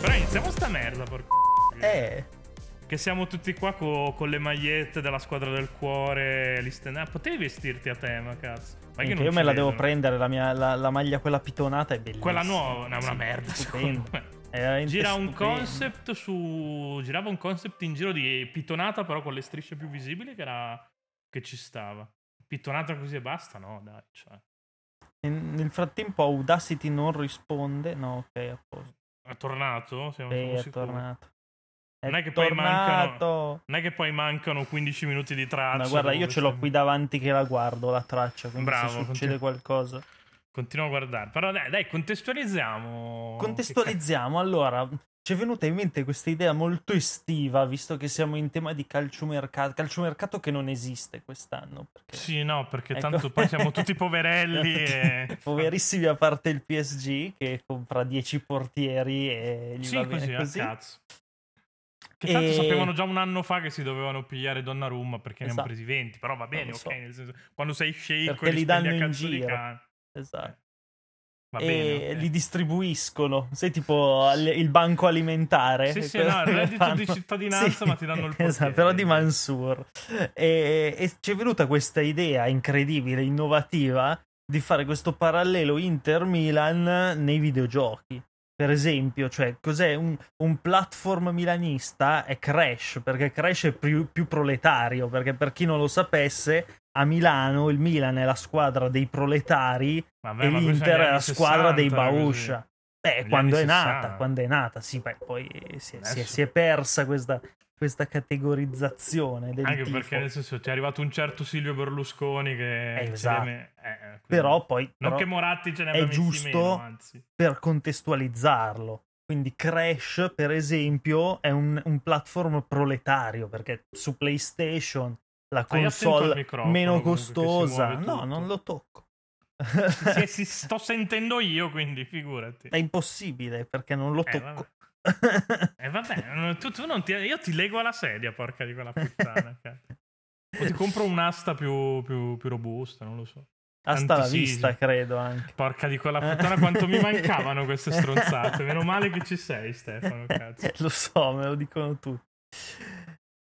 Però iniziamo sta merda, porco. Eh. Che siamo tutti qua co- con le magliette della squadra del cuore. Gli stand- ah, potevi vestirti a tema, cazzo. Ma Minchia, non io ci me la vedo, devo no? prendere, la, mia, la, la maglia quella pitonata è bellissima. Quella nuova è una Sì, merda, secondo stupenda. me. È veramente Gira un stupenda. concept su. Girava un concept in giro di pitonata, però con le strisce più visibili, che era. che ci stava. Pitonata così e basta, no, dai. Cioè. E Nel frattempo Audacity non risponde. No, ok, a posto. È tornato? Siamo, Sì, siamo è sicuri? tornato. Non è che poi tornato. Non è che poi mancano 15 minuti di traccia. Ma guarda, dopo io ce l'ho queste- qui davanti che la guardo la traccia, quindi Bravo, se succede continu- Oh, qualcosa. Continuo a guardare. Però dai, dai contestualizziamo. Contestualizziamo, allora, ci è venuta in mente questa idea molto estiva, visto che siamo in tema di calciomercato, calciomercato che non esiste quest'anno. Che- Perché... Sì, no, perché Ecco. tanto poi siamo tutti poverelli Siamo e... tutti Poverissimi a parte il PSG che compra 10 portieri e gli Sì, va così, bene a così. cazzo. Che tanto E- sapevano già un anno fa che si dovevano pigliare Donnarumma perché ne hanno Esatto. presi 20, però va bene, lo ok, so. nel senso, quando sei sceicco Perché e li li spendi a danno in cazzo di giro. cane. Esatto. Va e bene. ok. li distribuiscono. Sei tipo al- il banco alimentare. Sì, sì, Quello no, il che reddito di fanno. cittadinanza, ma ti danno il portiere. Esatto, però di Mansur. E, e ci è venuta questa idea incredibile, innovativa, di fare questo parallelo Inter-Milan nei videogiochi. Per esempio, cioè, cos'è un, un platform milanista? È Crash, perché Crash è più, più proletario, perché per chi non lo sapesse, a Milano il Milan è la squadra dei proletari Vabbè, e ma questo è l'Inter negli è la anni squadra dei 60, così. Bauscia. Beh, Negli quando anni è nata, 60. quando è nata, sì, beh, poi eh, si è, si è- Adesso- si è persa questa, questa categorizzazione del Anche tifo. perché nel senso ti è arrivato un certo Silvio Berlusconi che... Eh, ci esatto. deve- eh, eh, quindi- Però poi Non però che Moratti ce ne è abbia messi giusto- meno, anzi. per contestualizzarlo, quindi Crash, per esempio, è un, un platform proletario, perché su PlayStation la Stai attento al console microfono, meno comunque, che si costosa... muove No, tutto. non lo tocco. Sì, sì, sto sentendo io, quindi figurati. è impossibile perché non lo Eh, tocco. vabbè. Eh, vabbè, non- tu, tu non ti, io ti lego alla sedia, porca di quella puttana. cazzo. o ti compro un'asta più, più- più robusta, non lo so. Hasta la Antisismico. vista, credo anche. Porca di quella Eh. puttana, quanto mi mancavano queste stronzate. Meno male che ci sei, Stefano. Cazzo. Lo so, me lo dicono tutti.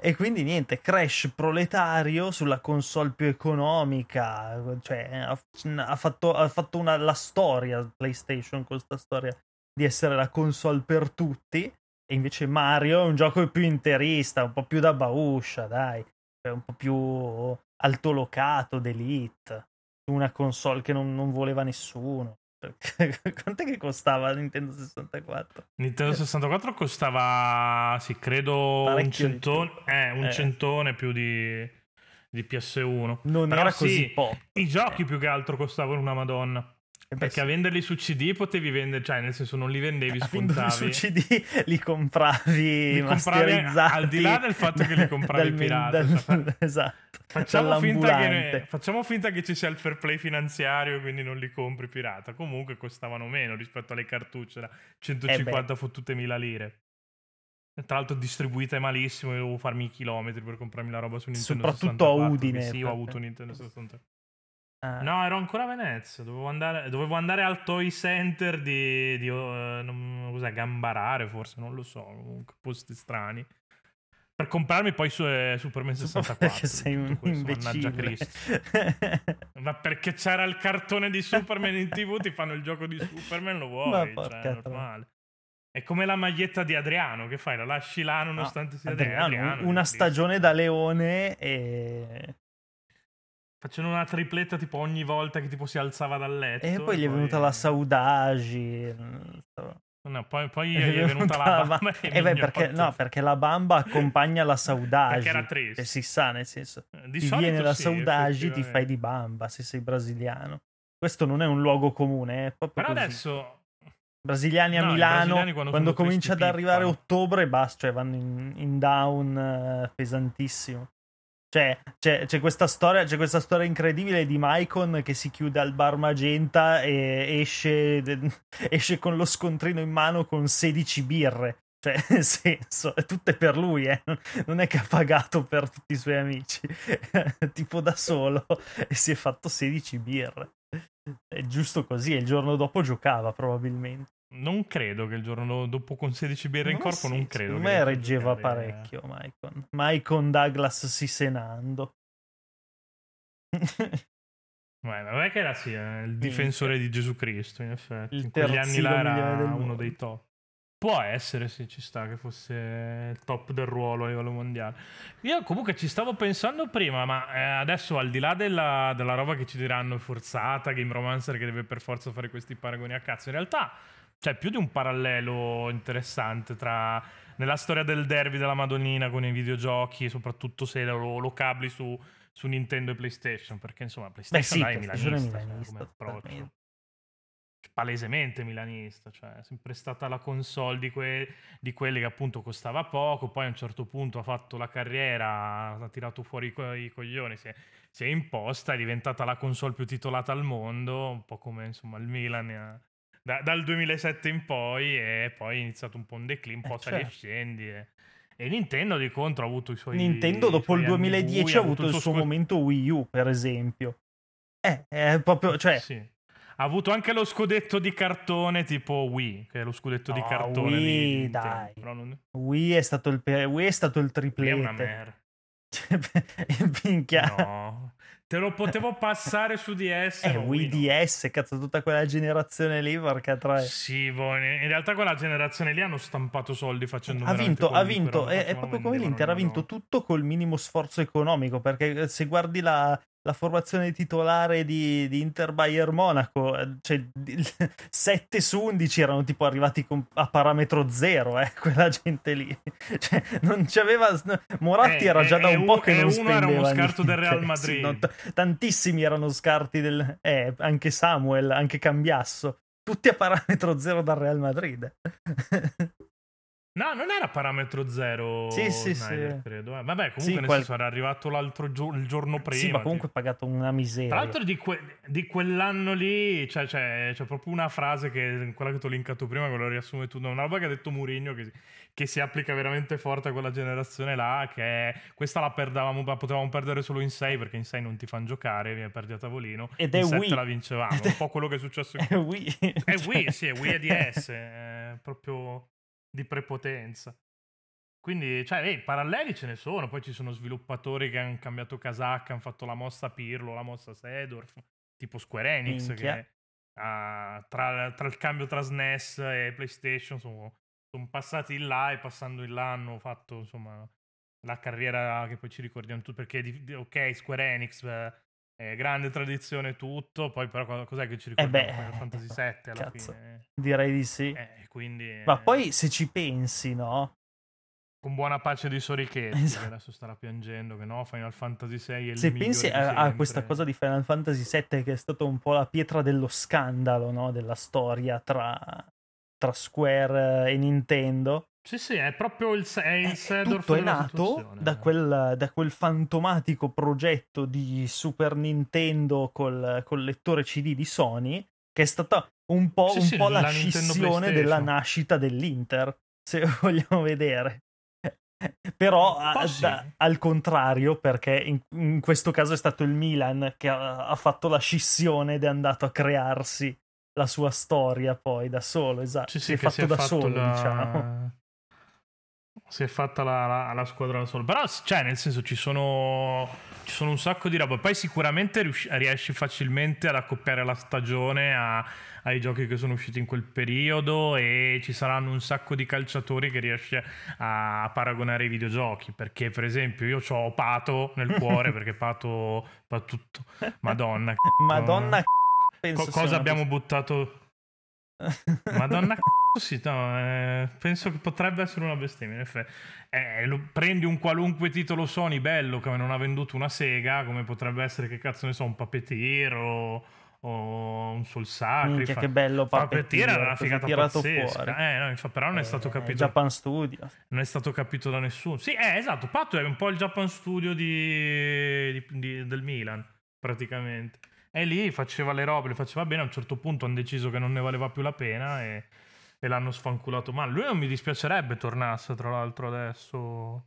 E quindi niente, Crash proletario sulla console più economica, cioè ha, ha fatto, ha fatto una, la storia PlayStation con questa storia di essere la console per tutti e invece Mario è un gioco più interista, un po' più da bauscia, dai, cioè un po' più altolocato, d'elite, una console che non, non voleva nessuno. Perché- Quant'è che costava Nintendo 64? Nintendo 64 costava, sì, credo un Parecchio di centone, eh, un Eh. centone più di, di PS1. non Però era sì, così poco. I giochi più che altro costavano una madonna. Eh beh, Perché a sì. venderli su CD potevi vendere, cioè nel senso non li vendevi, Avendoli su spuntavi. CD li compravi Li compravi masterizzati al di là del fatto che li compravi dal- pirata, dal- cioè, esatto Facciamo finta, che, dall'ambulante. facciamo finta che ci sia il fair play finanziario, quindi non li compri pirata. Comunque costavano meno rispetto alle cartucce, da 150 Eh fottute mila lire. E Tra l'altro distribuite malissimo, io dovevo farmi i chilometri per comprarmi la roba su Nintendo Soprattutto a 64, Udine, che Sì, ho perché- avuto un Nintendo 64. Ah, No, ero ancora a Venezia. Dovevo andare, dovevo andare al Toy Center di, di, eh, non- cos'è, Gambarare, forse, non lo so. Comunque, posti strani. Per comprarmi poi su, eh, Superman 64. perché sei un tutto questo, mannaggia imbecille Cristo. Ma perché c'era il cartone di Superman in tv, ti fanno il gioco di Superman, lo Ma vuoi, cioè, porca è normale. È come la maglietta di Adriano, che fai? La lasci là nonostante sia Ah, Adriano, Adriano, una Cristo. stagione da leone e, Facendo una tripletta tipo ogni volta che tipo si alzava dal letto. e poi gli è venuta la saudagi No, poi, poi gli è venuta la bamba e Eh, beh, mi ha perché, fatto- no, perché la bamba accompagna la saudagi Perché era e triste. si sa nel senso Di ti solito viene la sì, saudagi, ti fai effettivamente. di bamba se sei brasiliano. Questo non è un luogo comune, eh, è proprio Però così. adesso... Brasiliani a No, i Milano, brasiliani quando, quando sono comincia ad tristi arrivare pippano. ottobre, basta, cioè vanno in, in down eh, pesantissimo. Cioè, c'è, c'è questa storia, c'è questa storia incredibile di Maicon che si chiude al bar Magenta e esce, esce con lo scontrino in mano con 16 birre. Cioè, nel senso, è tutte per lui, eh. non è che ha pagato per tutti i suoi amici, tipo da solo, e si è fatto 16 birre. È giusto così, e il giorno dopo giocava probabilmente. Non credo che il giorno dopo con 16 birre in Ma corpo, sì, non credo. Secondo che riesca me a reggeva giocare. parecchio Maicon. Maicon Douglas sisenando. Beh, ma non è che era sì, eh, il difensore di Gesù Cristo, in effetti. Il in quegli anni terzino là migliore era del uno mondo. dei top. Può essere, sì, ci sta che fosse il top del ruolo a livello mondiale. Io comunque ci stavo pensando prima, ma eh, adesso al di là della, della roba che ci diranno forzata, Game Romancer che deve per forza fare questi paragoni a cazzo, in realtà c'è Cioè, più di un parallelo interessante tra nella storia del derby della Madonnina con i videogiochi, soprattutto se lo, lo cabli su, su Nintendo e PlayStation, perché insomma PlayStation sì, dai, è PlayStation è milanista, cioè, milanista, come approccio. totalmente. Palesemente milanista, cioè è sempre stata la console di, que- di quelle che appunto costava poco, poi a un certo punto ha fatto la carriera, ha tirato fuori i, co- i coglioni, si è, si è imposta, è diventata la console più titolata al mondo, un po' come insomma il Milan eh, da- dal 2007 in poi e poi è iniziato un po' un declino, un Eh, po' sali e certo. scendi e, e Nintendo di contro ha avuto i suoi Nintendo i dopo suoi il anni 2010 bui, ha avuto il suo scu- momento Wii U, per esempio. Eh, è proprio, cioè, Sì. Ha avuto anche lo scudetto di cartone tipo Wii, che è lo scudetto di No, cartone di- Wii, di Nintendo, dai. però non- Wii è stato il, pe- Wii è stato il Wii è una triplete. merda. Cioè, Minchia. No. Te lo potevo passare su DS. Eh, ma Wii no. DS, cazzo, tutta quella generazione lì, porca troia. Sì, boh, in in realtà quella generazione lì hanno stampato soldi facendo Ha veramente vinto, Eh, ha qualunque vinto, Eh, roba, è, è facevano, proprio come vendevano l'Inter, ha ogni vinto volta. tutto col minimo sforzo economico, perché eh, se guardi la, la formazione titolare di, di Inter Bayern Monaco, eh, cioè, di- 7 su 11 erano tipo arrivati con- a parametro zero, eh, quella gente lì. Cioè, non c'aveva... Moratti Eh, era già eh, da eh, un po' un- che eh, non uno spendeva era uno scarto del niente. Real Sì, Madrid. no, t- tantissimi erano scarti del... Eh, anche Samuel, anche Cambiasso. Tutti a parametro zero dal Real Madrid. No, non era parametro zero. Sì, sì, Snyder, sì. credo. eh. Vabbè, comunque Sì, nel qual- senso era arrivato l'altro giorno, il giorno prima. Sì, ma comunque ha pagato una Tra miseria. l'altro di, que- di quell'anno lì cioè, c'è, c'è proprio una frase che quella che ti ho linkato prima, che lo riassume tu, una roba che ha detto Mourinho che, che si applica veramente forte a quella generazione là, che è- questa la perdavamo, la potevamo perdere solo in 6 perché in 6 non ti fanno giocare, vieni perdi a tavolino, Ed in è 7 Wii. la vincevamo, Ed è- un po' quello che è successo in È Eh, Wii. è Cioè- Eh, Wii, sì, è Wii ADS, è eh, proprio di prepotenza. Quindi, cioè, eh, paralleli ce ne sono, poi ci sono sviluppatori che hanno cambiato casacca, hanno fatto la mossa Pirlo, la mossa Sedorf, tipo Square Enix, Minchia. che ah, tra, tra il cambio tra SNES e PlayStation sono, sono passati in là e passando in là hanno fatto, insomma, la carriera che poi ci ricordiamo tutti, perché, di- di- ok, Square Enix... eh, è grande tradizione e tutto, poi però co- cos'è che ci ricordiamo? Eh beh, Final Fantasy VII alla cazzo. fine. Direi di sì. Eh, quindi, Ma eh, poi se ci pensi, no? con buona pace di Sorichetti, Esatto. che adesso starà piangendo, che no, Final Fantasy VI è il Se migliore pensi di a, a sempre. questa cosa di Final Fantasy VII che è stata un po' la pietra dello scandalo, no? Della storia tra, tra Square e Nintendo. Sì, sì, è proprio il, se- è il Eh, Sedorf tutto è della nato situazione. eh. da quel, da quel fantomatico progetto di Super Nintendo col, col lettore CD di Sony, che è stata un po', Sì, un sì, po' la, la Nintendo scissione PlayStation. della nascita dell'Inter, se vogliamo vedere. Però a- po' sì. da- al contrario, perché in, in questo caso è stato il Milan che ha, ha fatto la scissione ed è andato a crearsi la sua storia poi da solo, esatto, Sì, sì, si è che fatto si è da fatto solo, la- diciamo. Si è fatta la, la- la squadra da solo. Però, cioè, nel senso, ci sono, ci sono un sacco di roba. Poi sicuramente riusci- riesci facilmente ad accoppiare la stagione a- ai giochi che sono usciti in quel periodo e ci saranno un sacco di calciatori che riesci a, a paragonare i videogiochi. Perché, per esempio, io ho Pato nel cuore, perché Pato fa tutto. Madonna. c***o. Madonna, c***o, Co- penso sia cosa una abbiamo buttato? Madonna c***o, sì, no, eh, penso che potrebbe essere una bestemmia. in effetti. Eh, lo- prendi un qualunque titolo Sony bello che non ha venduto una sega, come potrebbe essere, che cazzo ne so, un Puppeteer o, o un Soul Sacrifice. Minchia, che bello Puppeteer Puppeteer, era una cosa figata ha tirato pazzesca. fuori. Eh, no, infa- però non è Eh, stato capito Japan Studio. non è stato capito da nessuno. Sì, eh, esatto. Pato è un po' il Japan Studio di- di- di- del Milan, praticamente. E lì faceva le robe, le faceva bene. A un certo punto hanno deciso che non ne valeva più la pena e, e l'hanno sfanculato male. Lui non mi dispiacerebbe tornasse, tra l'altro, adesso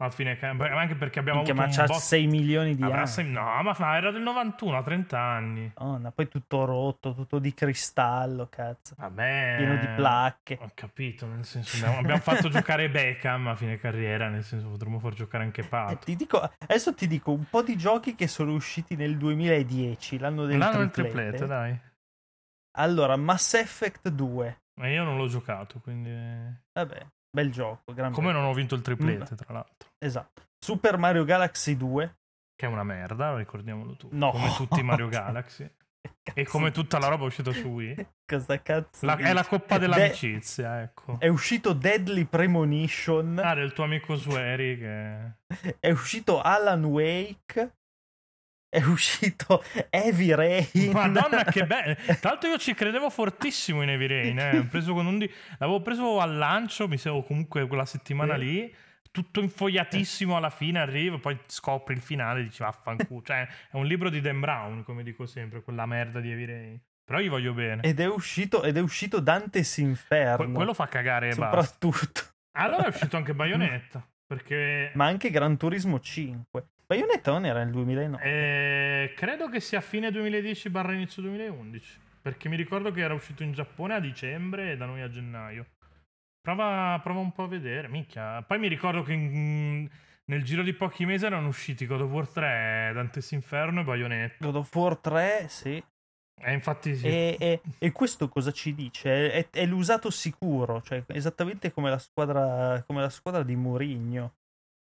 a fine camp- anche perché abbiamo Minchia, avuto ma un c'ha botto- 6 milioni di avrà anni. sei- no, ma fa- era del 91, ha 30 anni. Madonna, poi tutto rotto, tutto di cristallo, cazzo. Vabbè. Pieno di placche. Eh, Eh, Ho capito, nel senso abbiamo, abbiamo fatto giocare Beckham a fine carriera, nel senso potremmo far giocare anche Eh, Pato. ti dico, adesso ti dico un po' di giochi che sono usciti nel 2010, l'anno del L'hanno il triplete. triplete, dai. Allora, Mass Effect 2. Ma io non l'ho giocato, quindi... Vabbè, Mm. bel gioco, gran Come bel- non ho vinto il triplete, tra l'altro. Esatto. Super Mario Galaxy 2. Che è una merda, ricordiamolo tu. No. Come tutti i Mario Galaxy. E come tutta la roba uscita su Wii. Cosa cazzo? La- è la dici? coppa Beh, dell'amicizia, ecco. È uscito Deadly Premonition. Ah, del tuo amico Sueri che... È uscito Alan Wake. È uscito Heavy Rain. Madonna che bello! Tra l'altro io ci credevo fortissimo in Heavy Rain, eh. Ho preso con un di- l'avevo preso al lancio, mi sembra o comunque quella settimana Sì. lì, tutto infogliatissimo alla fine arriva, poi scopri il finale e dici vaffanculo. Cioè è un libro di Dan Brown, come dico sempre, quella merda di Heavy Rain. Però gli voglio bene. Ed è uscito, ed è uscito Dante's Que- Inferno. quello fa cagare e basta. soprattutto. Allora è uscito anche Bayonetta, perché... Ma anche Gran Turismo 5. Bayonetta non era nel 2009. Eh, credo che sia fine 2010 barra inizio 2011 perché mi ricordo che era uscito in Giappone a dicembre e da noi a gennaio prova, prova un po' a vedere minchia. poi mi ricordo che in- nel giro di pochi mesi erano usciti God of War 3 Dantes Inferno e Bayonetta God of War 3, sì. e infatti sì E, e- e questo cosa ci dice? È, è l'usato sicuro, cioè esattamente come la squadra, come la squadra di Mourinho.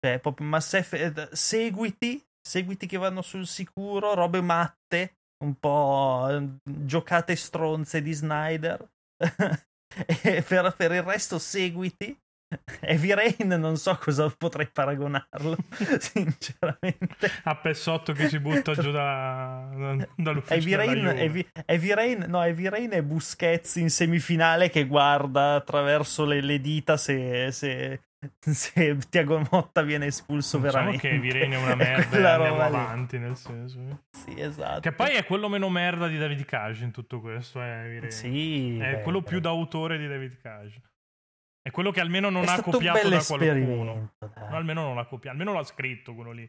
Cioè, è proprio Mass Effect- seguiti, seguiti che vanno sul sicuro, robe matte, un po' eh, giocate stronze di Snyder. e per, per il resto seguiti. Heavy Rain non so cosa potrei paragonarlo, sinceramente. a Pessotto che si butta giù da, da- dall'ufficio Heavy della Rain, Juve. Heavy, Heavy Rain- no, Heavy Rain è Busquets in semifinale che guarda attraverso le, le dita se, se, se Tiago Motta viene espulso Diciamo veramente. che Heavy Rain è una merda e Quella andiamo roba lì. avanti nel senso Sì, esatto. che poi è quello meno merda di David Cage in tutto questo eh, Heavy Rain. Sì, È beh, quello beh. più d'autore di David Cage. È quello che almeno non È ha stato un copiato bel da qualcuno. esperimento, eh. dai. No, almeno non l'ha copiato, almeno l'ha scritto quello lì.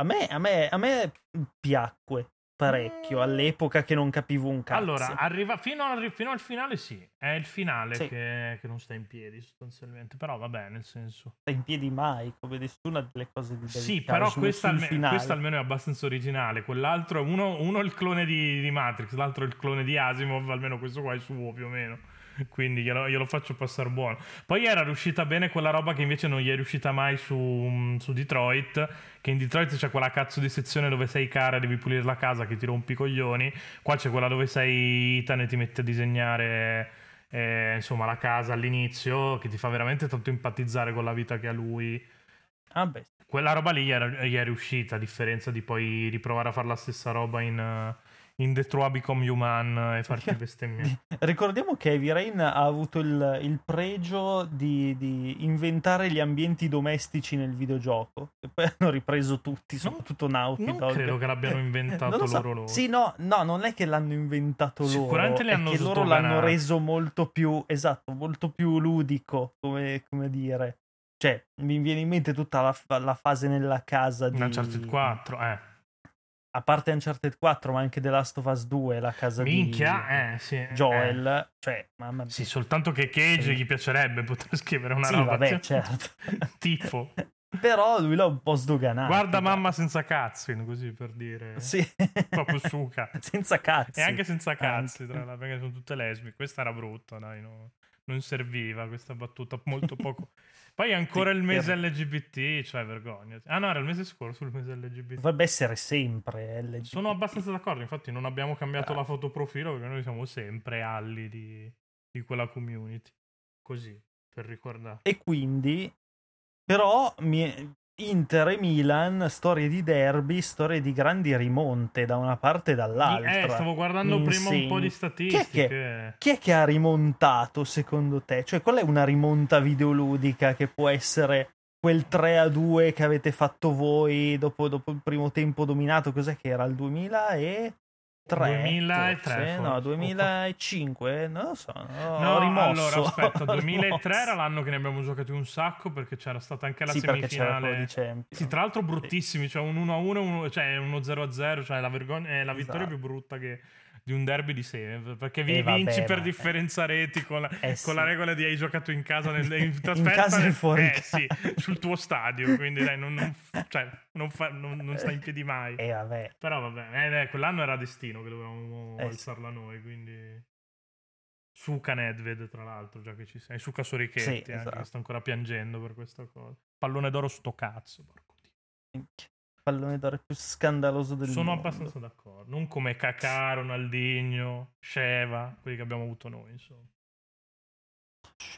A, me, a, me, a me piacque parecchio Mm. all'epoca che non capivo un cazzo. Allora, arriva fino al, fino al finale, sì. È il finale Sì. che, che non sta in piedi sostanzialmente. Però vabbè, nel senso. in piedi mai, come nessuna delle cose di David Sì, Cage, però sul- questa, sul alme- finale. questa almeno è abbastanza originale. Quell'altro, uno, uno è il clone di, di Matrix, l'altro è il clone di Asimov. Almeno questo qua è suo più o meno. Quindi glielo, glielo faccio passare buono. Poi era riuscita bene quella roba che invece non gli è riuscita mai su, su Detroit. Che in Detroit c'è quella cazzo di sezione dove sei cara e devi pulire la casa che ti rompi i coglioni. Qua c'è quella dove sei Ethan e ti metti a disegnare. eh, insomma, la casa all'inizio che ti fa veramente tanto empatizzare con la vita che ha lui Ah, beh, quella roba lì gli era- gli è riuscita, a differenza di poi riprovare a fare la stessa roba in, eh, in Detroit Become Human e farti bestemmiare. Ricordiamo che Heavy Rain ha avuto il, il pregio di, di inventare gli ambienti domestici nel videogioco. E poi hanno ripreso tutti, soprattutto Naughty Non Dog. credo che l'abbiano inventato Non lo so. loro loro. Sì, no, no, non è che l'hanno inventato loro. Sicuramente li hanno è che loro sdoganati. l'hanno reso molto più, esatto, molto più ludico, come, come dire. Cioè, mi viene in mente tutta la, fa- la fase nella casa di... In Uncharted 4, eh. A parte Uncharted 4, ma anche The Last of Us 2, la casa di... Minchia, eh, sì. eh. Joel, cioè, mamma mia. Sì, soltanto che Cage Sì. gli piacerebbe poter scrivere una sì, roba. vabbè, cioè, certo. Tipo, Però lui l'ha un po' sdoganato. guarda mamma senza cazzi, così per dire. Sì. Proprio suca. Senza cazzi. E anche senza cazzi, Anche. tra l'altro, perché sono tutte lesbiche. Questa era brutta, dai, no- non serviva questa battuta, molto poco. Poi ancora Sì, il mese era- LGBT, cioè vergogna. Ah no, era il mese scorso il mese LGBT. Dovrebbe essere sempre eh, LGBT. Sono abbastanza d'accordo, infatti non abbiamo cambiato Ah. la foto profilo perché noi siamo sempre alli di, di quella community. Così, per ricordare. E quindi, però, mi- Inter e Milan, storie di derby, storie di grandi rimonte da una parte e dall'altra. Eh, stavo guardando Mi prima un po' insegni. di statistiche. Chi è che ha rimontato secondo te? Cioè, qual è una rimonta videoludica che può essere quel 3 a 2 che avete fatto voi dopo, dopo il primo tempo dominato? Cos'è che era? Il 2000 e... 3, 2003 forse? no forse. 2005 non lo so no, No, ho rimosso allora aspetta, Ho 2003 era rimosso. l'anno che ne abbiamo giocati un sacco perché c'era stata anche la sì perché c'era quello di semifinale. Champions Sì, tra l'altro bruttissimi, cioè un 1-1, uno- cioè uno 0-0, cioè la, vergogna, è la vittoria Esatto. più brutta che, di un derby di Save, perché vi Eh, vabbè, vinci per ma- differenza reti con la, Eh, sì. con la regola di hai giocato in casa nel, in In trasferta casa e nel- fuori eh, casa. sì, sul tuo stadio, quindi dai, non, non f- cioè, non fa- non- non sta in piedi mai. e eh, vabbè Però vabbè, eh, beh, quell'anno era destino che dovevamo Eh, alzarla noi, quindi... Suka Nedved, tra l'altro, già che ci sei. Suka Sorichetti, Sì, anche, esatto. che sta ancora piangendo per questa cosa. Pallone d'oro sto cazzo, porco Dio. pallone d'oro più scandaloso del Sono mondo abbastanza d'accordo. Non come Cacà, Ronaldinho, Sheva, quelli che abbiamo avuto noi, insomma.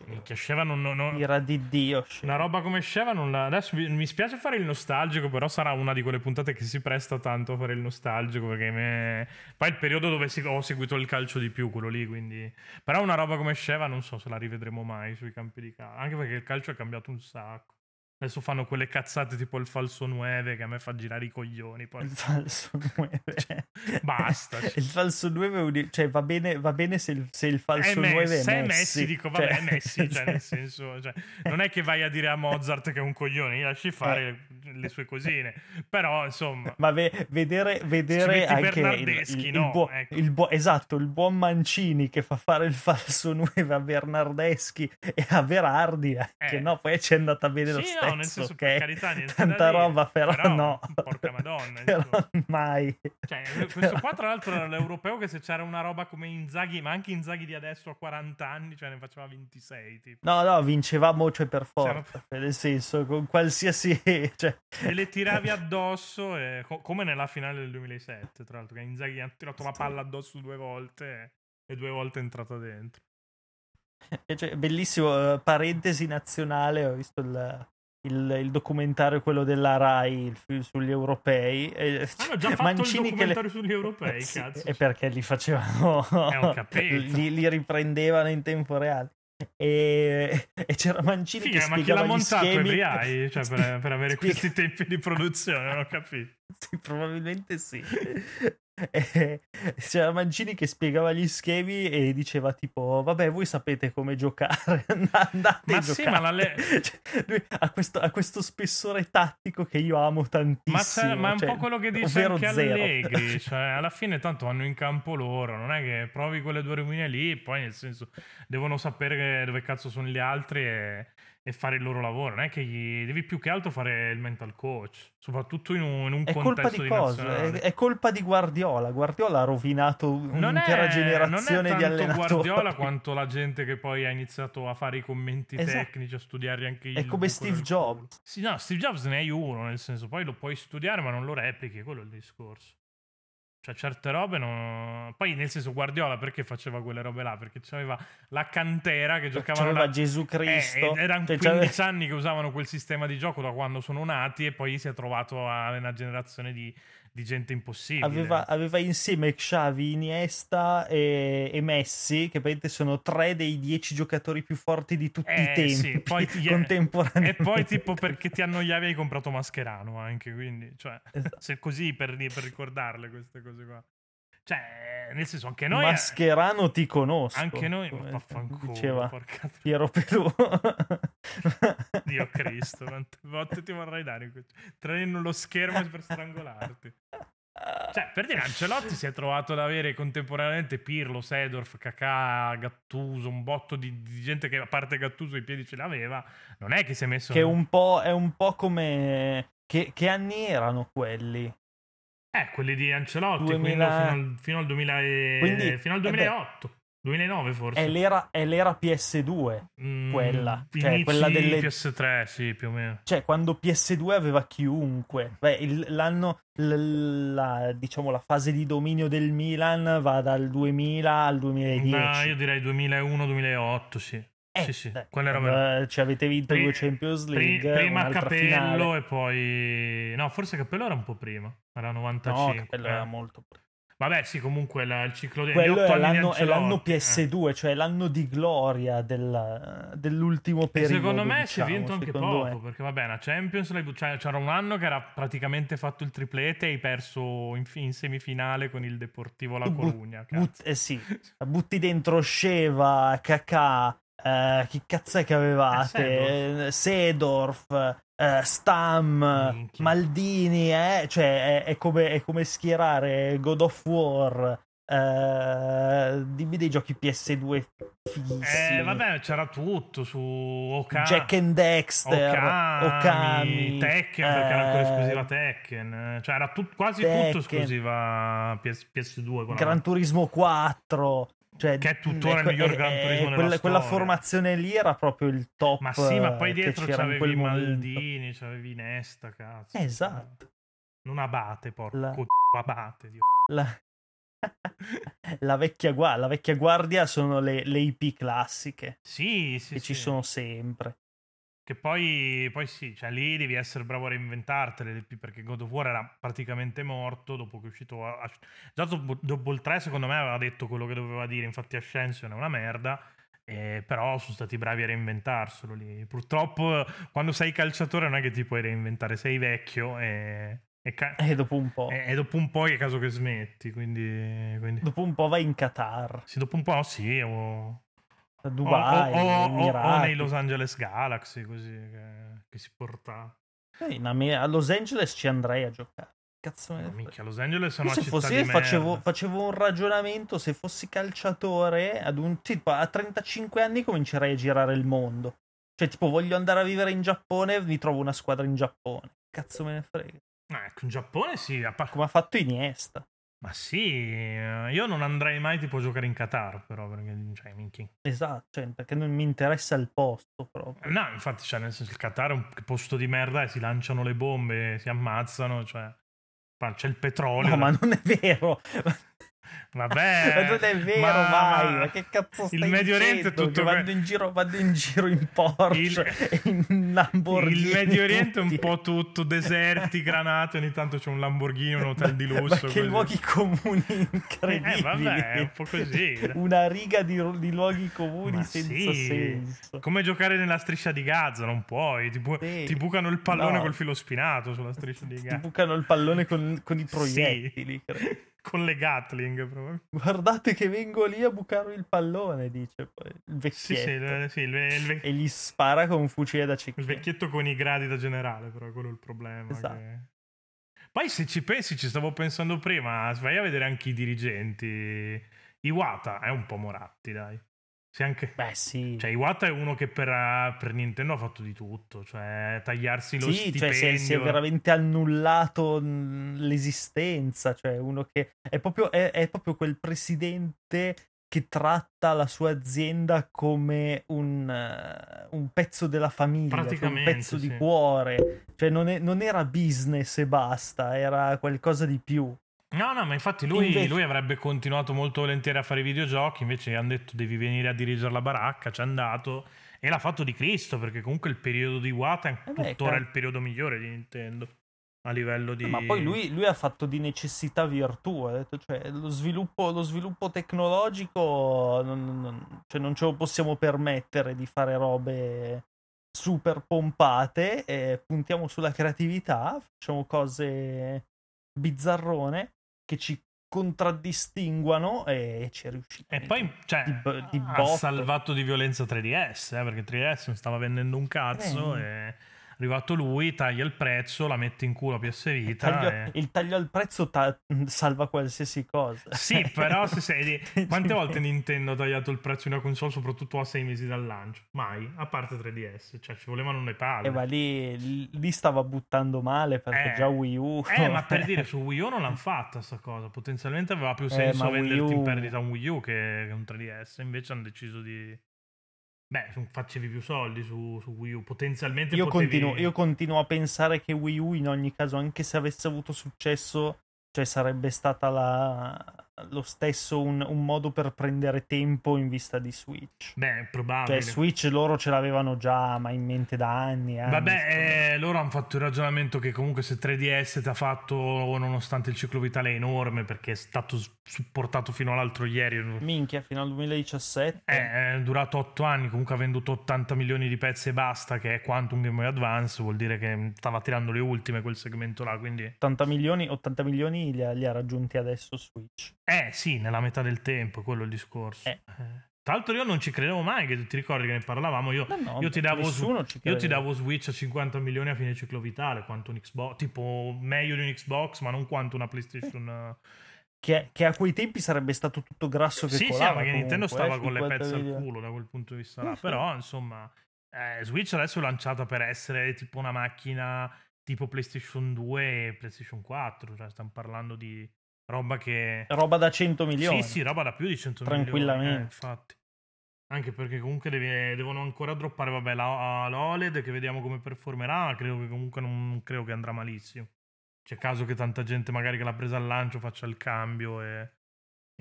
Minchia, Sheva non... non- non- ira di Dio Una roba come Sheva non la... Adesso mi, mi spiace fare il nostalgico, però sarà una di quelle puntate che si presta tanto a fare il nostalgico, perché me... poi è il periodo dove si- ho seguito il calcio di più, quello lì, quindi... Però una roba come Sheva non so se la rivedremo mai sui campi di calcio, anche perché il calcio è cambiato un sacco. Adesso fanno quelle cazzate tipo il falso 9 che a me fa girare i coglioni. Poi... Cioè, il falso 9 Basta. cioè. il falso 9 è un- cioè, va, bene, va bene se il, se il Eh, falso me- 9 è Messi se è Messi, dico vabbè, è Messi, cioè, nel senso senso, cioè, non è che vai a dire a Mozart che è un coglione, gli lasci fare le, le sue cosine, però insomma, Ma ve- vedere, vedere metti anche il, Bernardeschi, il- il no, buo- ecco. il buo- esatto, il buon Mancini che fa fare il falso 9 a Bernardeschi e a Verardi, che Eh. no, poi ci è andata bene lo Sì, stesso. no, nel senso, per ok? carità, niente da Tanta dire, roba, però, però, no. porca madonna, Però insomma. mai. Cioè, questo qua tra l'altro era l'europeo che se c'era una roba come Inzaghi, ma anche Inzaghi di adesso a 40 anni, cioè ne faceva 26, tipo. No, no, vincevamo cioè, per Siamo- forza, cioè, nel senso, con qualsiasi... Cioè... Te le tiravi addosso, e- co- come nella finale del 2007, tra l'altro, che Inzaghi ha tirato la palla addosso due volte e due volte è entrata dentro. E cioè, bellissimo, eh, parentesi nazionale, ho visto il, il- il documentario, quello della RAI il film sugli europei. e- cioè, Hanno già fatto Mancini il che le- documentario sugli europei, Sì, cazzo. Eh, E perché li facevano, ho capito. li, li riprendevano in tempo reale. E, e c'era Mancini Figa, che ma chi l'ha spiegava gli montato schemi. Ebrai? Cioè, per, per avere Spiega- questi tempi di produzione, non ho capito. Sì, probabilmente sì. E C'era Mancini che spiegava gli schemi e diceva tipo vabbè voi sapete come giocare andate Ma e sì, giocate." ma la le- Cioè, lui ha questo, ha questo spessore tattico che io amo tantissimo Ma, c'è- ma è un cioè, po' quello che dice ovvero anche zero. Allegri, cioè alla fine tanto vanno in campo loro, non è che provi quelle due rumine lì, poi nel senso devono sapere che- dove cazzo sono gli altri e, e fare il loro lavoro, non è che gli devi più che altro fare il mental coach, soprattutto in un, in un È colpa contesto di di cosa? È, nazionale. è colpa di Guardiola. Guardiola ha rovinato Non è, un'intera generazione non è di tanto allenatori. Guardiola quanto la gente che poi ha iniziato a fare i commenti Esatto. tecnici, a studiare anche il È come buco Steve nel culo. Jobs. Sì, no, Steve Jobs ne hai uno, nel senso, poi lo puoi studiare ma non lo replichi, quello è il discorso. Cioè, certe robe non... Poi, nel senso, Guardiola perché faceva quelle robe là? Perché c'aveva la cantera che giocavano... la- C'aveva Cioè, Gesù eh, Cristo. ed erano Cioè, 15 c'aveva- anni che usavano quel sistema di gioco da quando sono nati e poi si è trovato a una generazione di, di gente impossibile. aveva, aveva insieme Xavi, Iniesta e, e Messi, che praticamente sono tre dei dieci giocatori più forti di tutti i Eh, tempi sì, poi ti- E contemporaneamente. poi tipo perché ti annoiavi hai comprato Mascherano anche, quindi, cioè, Esatto. se così per, per ricordarle queste cose qua. Cioè, nel senso, anche noi... Mascherano ti conosco. anche noi... come Vaffanculo, diceva porca tro- Piero Pelù. Dio Cristo, quante volte ti vorrei dare in questo... Trenno lo schermo per strangolarti. Cioè, per dire, Ancelotti si è trovato ad avere contemporaneamente Pirlo, Sedorf, Kakà, Gattuso, un botto di, di gente che a parte Gattuso i piedi ce l'aveva. Non è che si è messo... che è un po', è un po' come... Che, che anni erano quelli? Eh, quelli di Ancelotti, 2000 quindi fino al, fino al 2000 e- Quindi, fino al vabbè. 2008, 2009 forse. È l'era, è l'era PS2, Mm, quella, cioè, inizi quella delle- PS3, sì, più o meno. cioè quando PS2 aveva chiunque. Beh, il- l'anno, l- la, diciamo, la fase di dominio del Milan va dal 2000 al 2010. No, io direi 2001-2008, sì. Eh, sì, sì, dai, quella era quando, vera. eh, ci avete vinto Pri- due Champions Pri- League, prima un'altra Capello finale. e poi... No, forse Capello era un po' prima, era No, 95. Capello eh. era molto... Vabbè, sì, comunque la- il ciclo dei Quello otto è anni di l'anno, è Ancelotti, l'anno eh. PS2, cioè l'anno di gloria del- dell'ultimo E periodo. secondo me si è diciamo, vinto anche secondo poco, me. perché va bene, a Champions League cioè, c'era un anno che era praticamente fatto il triplete e hai perso in, fi- in semifinale con il Deportivo La Tu but- Corugna. But- cazzo. eh sì, butti dentro Sceva, Kakà, eh, chi cazzo è che avevate? Eh, Sedorf, eh, Stam, Minchia. Maldini, eh? cioè è, è come, è come schierare God of War, eh, dimmi dei giochi PS2 fighissimi. Eh, vabbè, c'era tutto su Oka- Jack and Dexter, Okami, Okami, Tekken, perché era ancora eh, esclusiva Tekken. eh, Cioè era tut- quasi tutto Tekken. esclusiva PS- PS2. quella- Gran Turismo 4. Cioè, Che è tuttora il que- miglior Gran eh, Turismo quella, nella quella storia. formazione lì era proprio il top. Ma sì, ma poi eh, che dietro c'era in quel c'avevi momento. Maldini, c'avevi Nesta, cazzo. Eh, Esatto. Non abate, porco La- c***o, abate, Dio. La... la vecchia gua- la vecchia guardia sono le, le IP classiche Sì, sì, che ci sì. sono sempre. Che poi, poi sì, cioè lì devi essere bravo a reinventartele le P, perché God of War era praticamente morto dopo che è uscito. a- a- Già dopo, dopo il 3, secondo me, aveva detto quello che doveva dire. Infatti, Ascension è una merda. eh, però sono stati bravi a reinventarselo lì. Purtroppo, quando sei calciatore, non è che ti puoi reinventare, sei vecchio e, e ca- E dopo un po', e- e dopo un po' è caso che smetti. Quindi, quindi- dopo un po' vai in Qatar, sì, dopo un po', sì, o, o- a Dubai, o- o- o- o Emirati. nei Los Angeles Galaxy, così che, che si porta. Eh, in Ame- a Los Angeles ci andrei a giocare. Cazzo me ne No, frega. Minchia, Los Angeles è Eh, Io una se città fossi di io facevo, merda. facevo un ragionamento, se fossi calciatore, ad un, tipo, a 35 anni comincerei a girare il mondo. Cioè, tipo, voglio andare a vivere in Giappone, mi trovo una squadra in Giappone. Cazzo me ne frega. No, ecco, in Giappone sì, a par- Come ha fatto Iniesta. ma sì, eh, io non andrei mai tipo a giocare in Qatar, però, perché, cioè, minchia. Esatto, cioè, perché non mi interessa il posto proprio. No, infatti, cioè, nel senso, il Qatar è un posto di merda e si lanciano le bombe, si ammazzano, cioè, fa- c'è il petrolio. No, ma non è vero. Vabbè, ma non è vero, ma- vai. ma- Ma che cazzo stai Il Medio Oriente è dicendo? tutto Che vado, que- in giro, vado in giro in Porsche, e in Lamborghini. Il Medio Oriente è un tutti. po' tutto, deserti, granate, ogni tanto c'è un Lamborghini, un hotel di Ma- lusso. ma che così. luoghi comuni incredibili. Eh, vabbè, è un po' così. eh. Una riga di, ru- di luoghi comuni Ma senza sì. senso. Come giocare nella striscia di Gaza, non puoi. Ti, bu- Sì. ti bucano il pallone No. col filo spinato sulla striscia di Ti Gaza. bucano il pallone con, con i Sì. proiettili. credo. Con le Gatling, proprio. Guardate che vengo lì a bucare il pallone, dice poi il Sì, vecchietto. sì, il, sì, il- il vec- E gli spara con un fucile da il cecchino. vecchietto con i gradi da generale, però quello è il problema. Esatto. che- Poi se ci pensi, ci stavo pensando prima, vai a vedere anche i dirigenti. Iwata è un po' Moratti, dai. Sì, anche... Beh sì, Cioè, Iwata è uno che per, per Nintendo ha fatto di tutto, cioè tagliarsi lo sì cioè, stipendio. si, è, si è veramente annullato mh, l'esistenza. Cioè uno che è proprio, è- è proprio quel presidente che tratta la sua azienda come un, eh, un pezzo della famiglia, cioè un Praticamente, pezzo di sì. cuore. Cioè non, è- non era business e basta, era qualcosa di più. No, no, ma infatti lui, Invece- lui avrebbe continuato molto volentieri a fare i videogiochi, invece gli hanno detto devi venire a dirigere la baracca, ci è andato e l'ha fatto di Cristo, perché comunque il periodo di Iwata è Eh beh, tuttora cazzo. il periodo migliore di Nintendo a livello di... Ma poi lui, lui ha fatto di necessità virtù, ha detto, cioè, lo sviluppo, lo sviluppo tecnologico non, non- non- cioè, non ce lo possiamo permettere di fare robe super pompate, eh, puntiamo sulla creatività, facciamo cose bizzarrone che ci contraddistinguano e ci è riuscito. E poi cioè, Di bo- di ha botto. salvato di violenza 3DS, eh, perché 3DS non stava vendendo un cazzo Eh. e è arrivato lui, taglia il prezzo, la mette in culo a PS il Vita. eh. taglio, e- il taglio al prezzo ta- salva qualsiasi cosa. Sì, però se sei di- Quante volte Nintendo ha tagliato il prezzo di una console, soprattutto a sei mesi dal lancio? Mai, a parte 3DS, cioè ci volevano le palle. E va lì, lì stava buttando male perché Eh. già Wii U. Eh, ma per dire, su Wii U non l'hanno fatta sta cosa, potenzialmente aveva più senso Eh, ma Wii venderti in U- perdita un Wii U che, che un 3DS, invece hanno deciso di... Beh, su- facevi più soldi su, su Wii U, potenzialmente Io, potevi... continuo, io continuo a pensare che Wii U, in ogni caso, anche se avesse avuto successo, cioè sarebbe stata la, lo stesso un, un modo per prendere tempo in vista di Switch. Beh, è probabile. Cioè, Switch loro ce l'avevano già, ma in mente da anni. anni Vabbè, eh, loro hanno fatto il ragionamento che comunque se 3DS ti ha fatto, nonostante il ciclo vitale è enorme, perché è stato supportato fino all'altro ieri. Minchia, fino al 2017. Eh, è durato 8 anni, comunque ha venduto 80 milioni di pezzi e basta, che è quanto un Game Boy Advance, vuol dire che stava tirando le ultime quel segmento là, quindi... 80 milioni, 80 milioni li ha, li ha raggiunti adesso Switch. Eh sì, nella metà del tempo, quello è il discorso. Eh. Tra l'altro io non ci credevo mai, che ti ricordi che ne parlavamo, io, No, Eh no, io ti davo su- nessuno ci io crede. ti davo Switch a 50 milioni a fine ciclo vitale, quanto un Xbox, tipo meglio di un Xbox, ma non quanto una PlayStation. eh. che, che a quei tempi sarebbe stato tutto grasso che Sì, sì, colava. ma che Nintendo comunque, stava eh, con le 50 pezze al video. culo da quel punto di vista Sì, là. sì. Però, insomma, eh, Switch adesso è lanciata per essere tipo una macchina tipo PlayStation 2 e PlayStation 4, cioè stiamo parlando di roba che Roba da 100 milioni. Sì, sì, roba da più di 100 milioni. Tranquillamente. eh, infatti. Anche perché comunque devi- eh, devono ancora droppare, vabbè, la, l'OLED che vediamo come performerà, ma credo che comunque non, non credo che andrà malissimo. C'è caso che tanta gente magari che l'ha presa al lancio faccia il cambio e,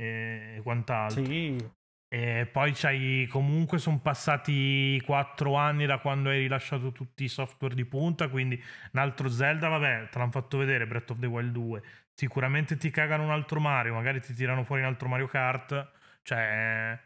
e- e quant'altro. Sì. E poi c'hai comunque sono passati 4 anni da quando hai rilasciato tutti i software di punta, quindi un altro Zelda, vabbè, te l'hanno fatto vedere Breath of the Wild 2. Sicuramente ti cagano un altro Mario, magari ti tirano fuori un altro Mario Kart, cioè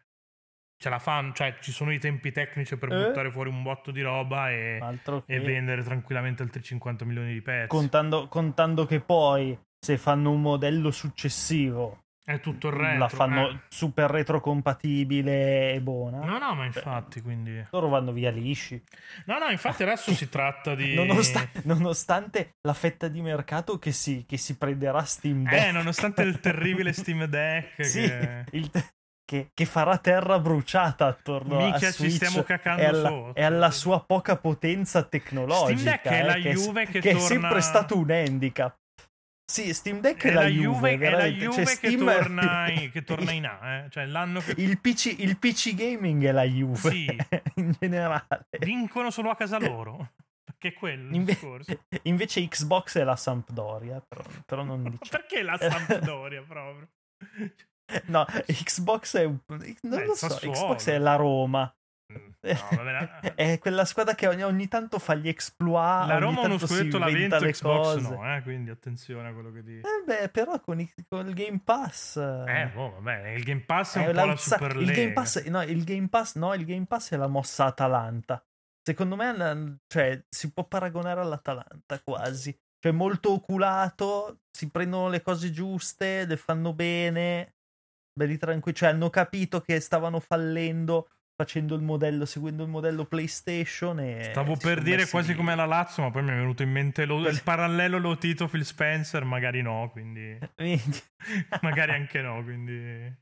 ce la fanno, cioè ci sono i tempi tecnici per Eh? Ah, buttare fuori un botto di roba e, Altro che... Eh, e vendere tranquillamente altri 50 milioni di pezzi. contando, contando che poi se fanno un modello successivo È tutto il retro. la fanno eh. super retrocompatibile e buona No, no, ma infatti, quindi loro vanno via lisci No, no, infatti adesso si tratta di Nonosta- nonostante la fetta di mercato che si, che si prenderà Steam Deck Eh, nonostante il terribile Steam Deck Sì, che... il te- che, che farà terra bruciata attorno Minchia, a ci Switch stiamo cacando e alla, sotto. e alla sua poca potenza tecnologica Steam Deck è eh, la che Juve che che torna- è sempre stato un handicap sì, Steam Deck è, È la Juve, è la veramente. Juve Cioè, che, Steam- torna in, che torna in A, eh. cioè l'anno che il PC, il PC gaming è la Juve Sì. in generale. vincono solo a casa loro. Perché è quello il Inve- discorso. Invece Xbox è la Sampdoria, però, però non Ma dice. Perché la Sampdoria proprio? No, Xbox è un- non Beh, lo so, Sassuolo. Xbox è la Roma. Mm, No, vabbè, la- è quella squadra che ogni, ogni tanto fa gli exploit. la Eh, ogni Roma uno tanto si scudetto l'ha inventa vinto, le Xbox cose. no, eh, quindi attenzione a quello che dici. Eh beh, però con, i- con il Game Pass. Eh, boh, vabbè, il Game Pass è Eh, un po' la sa- Super il, Game League. Pass, no, il Game Pass, no, il Game Pass è la mossa Atalanta. Secondo me, la- cioè, si può paragonare all'Atalanta quasi. Cioè, molto oculato, si prendono le cose giuste, le fanno bene, belli tranquilli. Cioè, hanno capito che stavano fallendo facendo il modello, seguendo il modello PlayStation. E Stavo si per sono dire messi quasi lì. come la Lazio, ma poi mi è venuto in mente lo- il parallelo Lotito Phil Spencer, magari no, Eh, quindi Minchia. magari anche no, quindi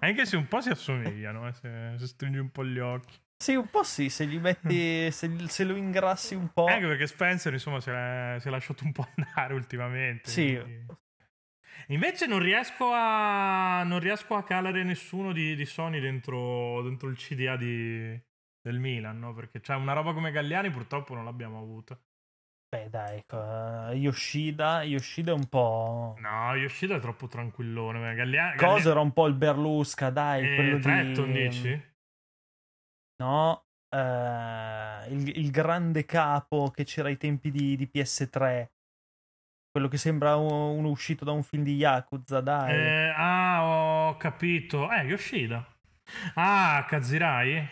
anche se un po' si assomigliano, eh, se, se stringi un po' gli occhi. Sì, un po' sì, se gli metti, se, se lo ingrassi un po'. Anche perché Spencer, insomma, si è, si è lasciato un po' andare ultimamente. Sì. quindi. Invece non riesco a non riesco a calare nessuno di, di Sony dentro, dentro il CDA di- del Milan, no? Perché cioè, una roba come Galliani purtroppo non l'abbiamo avuta. Beh, dai, eh, Yoshida, Yoshida è un po'. No, Yoshida è troppo tranquillone. ma Gallia- Cosa Gallia- era un po' il Berlusca, dai, quello Eh, Tretton, di... dici? No, eh, il, il grande capo che c'era ai tempi di, di PS3. Quello che sembra uno, uno uscito da un film di Yakuza, dai. Eh, ah, ho capito. Eh, Yoshida. Ah, Kazirai?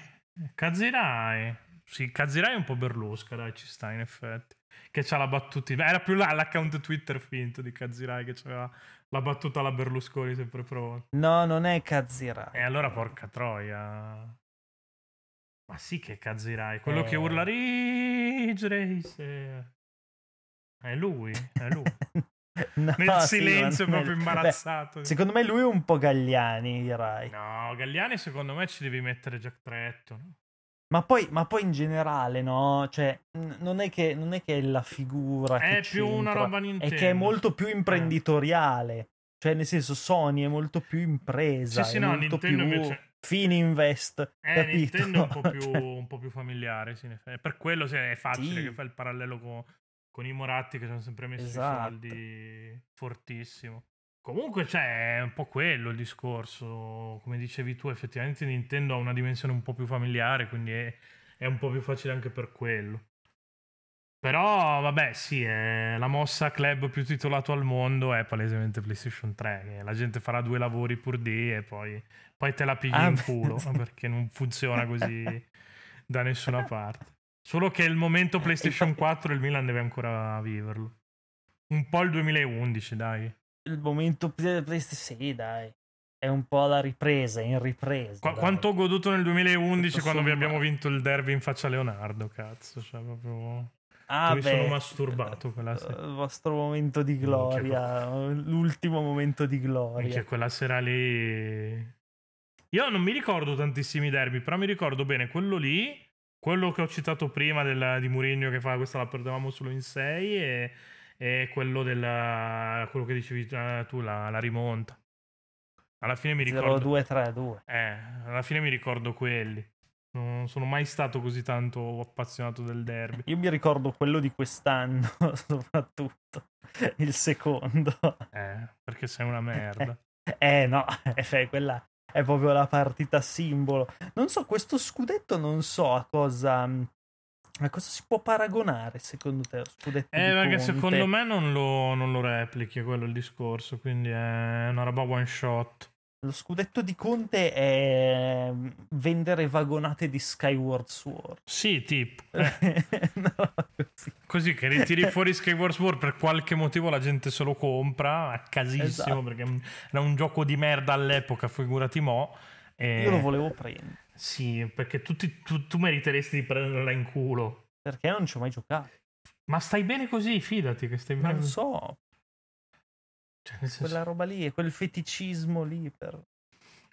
Kazirai. Sì, Kazirai è un po' berlusca, dai, ci sta in effetti. Che c'ha la battutina. Era più là l'account Twitter finto di Kazirai che c'aveva la battuta alla Berlusconi sempre pronta. No, non è Kazira. E Eh, allora porca troia. Ma sì che Kazirai, quello Eh. che urla Ridge Racer. È lui, è lui. No, Nel Ah, sì, silenzio ma non è- proprio Beh, imbarazzato. secondo me lui è un po' Gagliani, direi. No, Galliani secondo me ci devi mettere Jack Tretton. Ma poi, ma poi in generale, no? Cioè, n- non è che, non è, che è la figura che È più una c'entra. roba Nintendo. Eh. è che è molto più imprenditoriale. Cioè, nel senso, Sony è molto più impresa. Sì, sì, è no, molto Nintendo più invece- Fininvest. Eh, capito? Nintendo è un po' più, Cioè, un po' più familiare. sì, in effetti. Per quello sì, è facile Sì. che fa il parallelo con, con i Moratti che ci hanno sempre messo Esatto. i soldi fortissimo. Comunque, cioè, è un po' quello il discorso. Come dicevi tu, effettivamente Nintendo ha una dimensione un po' più familiare, quindi è, è un po' più facile anche per quello. Però, vabbè, sì, è la mossa club più titolato al mondo è palesemente PlayStation 3. che la gente farà due lavori pur di e poi, poi te la pigli Ah, in beh. culo perché non funziona così da nessuna parte. Solo che il momento PlayStation 4 il Milan deve ancora viverlo. Un po' il 2011, dai. Il momento play- PlayStation, sì, dai. È un po' la ripresa, in ripresa. Qua- dai. quanto ho goduto nel 2011 Tutto quando vi sommato. abbiamo vinto il derby in faccia a Leonardo, cazzo. Cioè, proprio... Ah, mi beh, eh, sono masturbato quella sera. Il vostro momento di gloria, l'ultimo momento di gloria. Minchia, quella sera lì... Io non mi ricordo tantissimi derby, però mi ricordo bene quello lì, quello che ho citato prima della- di Mourinho che fa questa la perdevamo solo in 6 e, e quello, della, quello che dicevi eh, tu, la, la rimonta. Alla fine mi ricordo... 0232. Eh, alla fine mi ricordo quelli. Non sono mai stato così tanto appassionato del derby. Io mi ricordo quello di quest'anno, soprattutto il secondo. Eh, perché sei una merda. Eh no, cioè quella è proprio la partita simbolo. Non so, questo scudetto non so a cosa mm, a cosa si può paragonare secondo te lo scudetto Eh, di perché Conte? secondo me non lo, non lo replichi, è quello il discorso. Quindi è una roba one shot. Lo scudetto di Conte è mm, vendere vagonate di Skyward Sword. Sì, tipo. Eh. No, così. Così che ritiri fuori Skyward Sword per qualche motivo la gente se lo compra a casissimo Esatto. perché era un gioco di merda all'epoca, figurati mo. E- Io lo volevo prendere. Sì, perché tutti- tu, tu meriteresti di prenderla in culo. Perché non ci ho mai giocato? Ma stai bene così, fidati che stai bene. Non così. so, Cioè, nel senso- quella roba lì, quel feticismo lì per...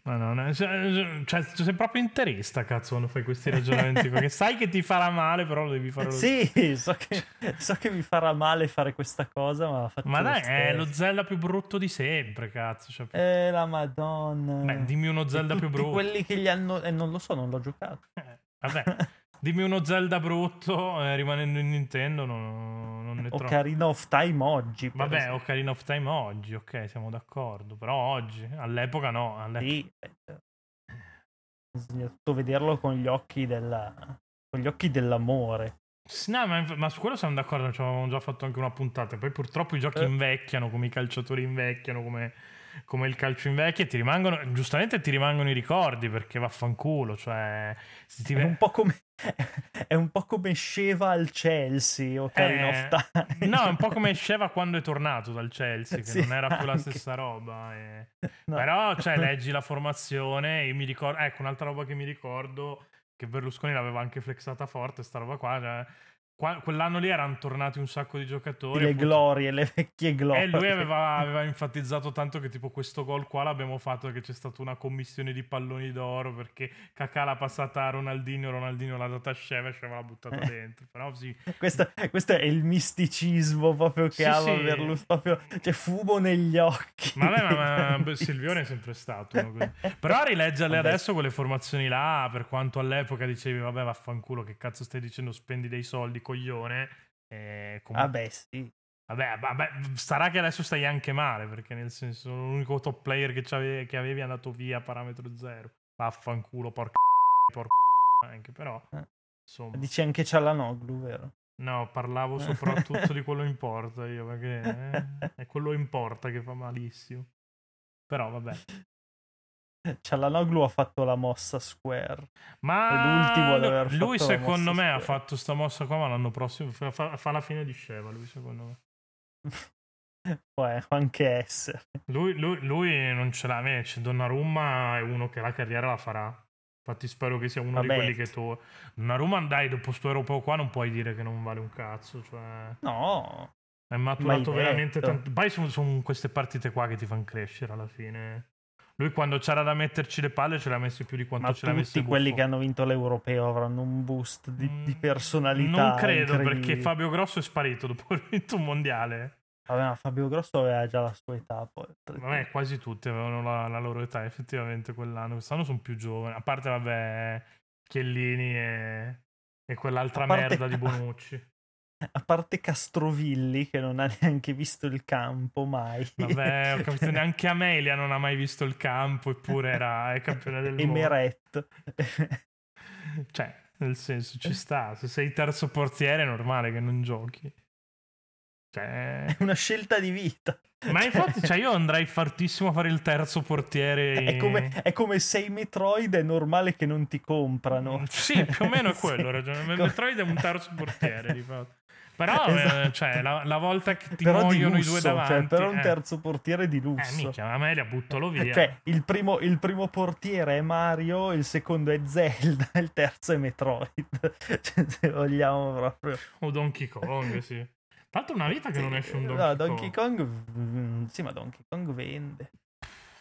Ma no, no, cioè, cioè, sei proprio interista, cazzo, quando fai questi ragionamenti. perché sai che ti farà male, però lo devi fare lo Sì, so che, so che mi farà male fare questa cosa, ma la faccio Ma lo dai, è stesso. lo Zelda più brutto di sempre, cazzo. Cioè, Eh, la madonna. beh, dimmi uno Zelda E più tutti brutto. quelli che gli hanno... Eh, non lo so, non l'ho giocato. Eh, vabbè, dimmi uno Zelda brutto, eh, rimanendo in Nintendo, no- non ne trovo. Ocarina of Time oggi. per Vabbè, esempio. Ocarina of Time oggi, ok, siamo d'accordo. Però oggi, all'epoca no. all'epoca- Sì, eh, Bisogna tutto vederlo con gli occhi della... Con gli occhi dell'amore. Sì, no, ma, inf- ma su quello siamo d'accordo, ci avevamo già fatto anche una puntata. Poi purtroppo i giochi Eh. invecchiano, come i calciatori invecchiano, come, come il calcio invecchia, e ti rimangono, giustamente ti rimangono i ricordi perché vaffanculo, cioè... se ti È ve- un po' come... È un po' come Sheva al Chelsea, Ocarina Eh, of Time. No, è un po' come Sceva quando è tornato dal Chelsea, che Sì, non era più la anche. stessa roba. e- No. Però, cioè, leggi la formazione e mi ricordo... Ecco, un'altra roba che mi ricordo, che Berlusconi l'aveva anche flexata forte, sta roba qua, cioè, qua- Quell'anno lì erano tornati un sacco di giocatori. le appunto- glorie, le vecchie glorie. E lui aveva, aveva enfatizzato tanto che tipo questo gol qua l'abbiamo fatto che c'è stata una commissione di palloni d'oro perché Kakà l'ha passata a Ronaldinho, Ronaldinho l'ha data a Sheva e Sheva l'ha buttata Eh. dentro. Però sì, Questo, questo è il misticismo proprio che Sì, ama sì. Berlusconi, proprio, cioè fumo negli occhi. Ma, vabbè, ma, ma beh, Silvione è sempre stato uno così. Però rileggerle Vabbè. adesso quelle formazioni là, per quanto all'epoca dicevi, vabbè, vaffanculo, che cazzo stai dicendo, spendi dei soldi, coglione. Eh, com- Vabbè, sì. vabbè, vabbè, sarà che adesso stai anche male, perché nel senso l'unico top player che, c'ave- che avevi è andato via a parametro zero. Vaffanculo, porca porca anche però. Eh. Insomma, Dici anche Cialanoglu, vero? no, parlavo soprattutto di quello in porta io, perché eh, è quello in porta che fa malissimo. Però vabbè. Cialanoglu ha fatto la mossa square. Ma L'ultimo ad aver l- lui fatto la secondo mossa me ha square. fatto sta mossa qua, ma l'anno prossimo fa, fa- fa la fine di Sceva, lui secondo me. Poi può anche essere. Lui, lui- lui non ce l'ha, invece Donnarumma è uno che la carriera la farà. Infatti spero che sia uno Vabbè. di quelli che tu... Donnarumma, dai, dopo sto europeo qua non puoi dire che non vale un cazzo, cioè... No, È maturato detto. veramente tanto. Poi sono, sono queste partite qua che ti fanno crescere alla fine. Lui quando c'era da metterci le palle ce l'ha messi più di quanto ma ce l'ha messi tutti quelli Buffon. che hanno vinto l'Europeo avranno un boost di, di Mm, personalità. Non credo perché incredibile. Fabio Grosso è sparito dopo aver vinto un mondiale. Vabbè, ma Fabio Grosso aveva già la sua età. Poi, Vabbè, quasi tutti avevano la, la loro età effettivamente quell'anno. Quest'anno sono più giovani. A parte, vabbè, Chiellini e, e quell'altra A parte- merda di Bonucci. a parte Castrovilli che non ha neanche visto il campo mai. Vabbè, ho capito, neanche Amelia non ha mai visto il campo, eppure era è campione del mondo. Emeret. Cioè, nel senso, ci sta. Se sei terzo portiere è normale che non giochi. Cioè... È una scelta di vita. Ma infatti, cioè, io andrei fartissimo a fare il terzo portiere. È come, è come se i Metroid è normale che non ti comprano. Mm, Sì, più o meno è quello. Il sì. Metroid è un terzo portiere, di fatto. Però esatto. cioè, la, la, volta che ti però muoiono lusso, i due davanti. Cioè, però eh. un terzo portiere di lusso. Eh, minchia, a me li buttalo via. Cioè, il primo, il primo, portiere è Mario, il secondo è Zelda, il terzo è Metroid. Cioè, se vogliamo proprio. O Donkey Kong, sì. Tra l'altro una vita che sì, non esce un Donkey, no, Donkey Kong. Kong. Sì, ma Donkey Kong vende.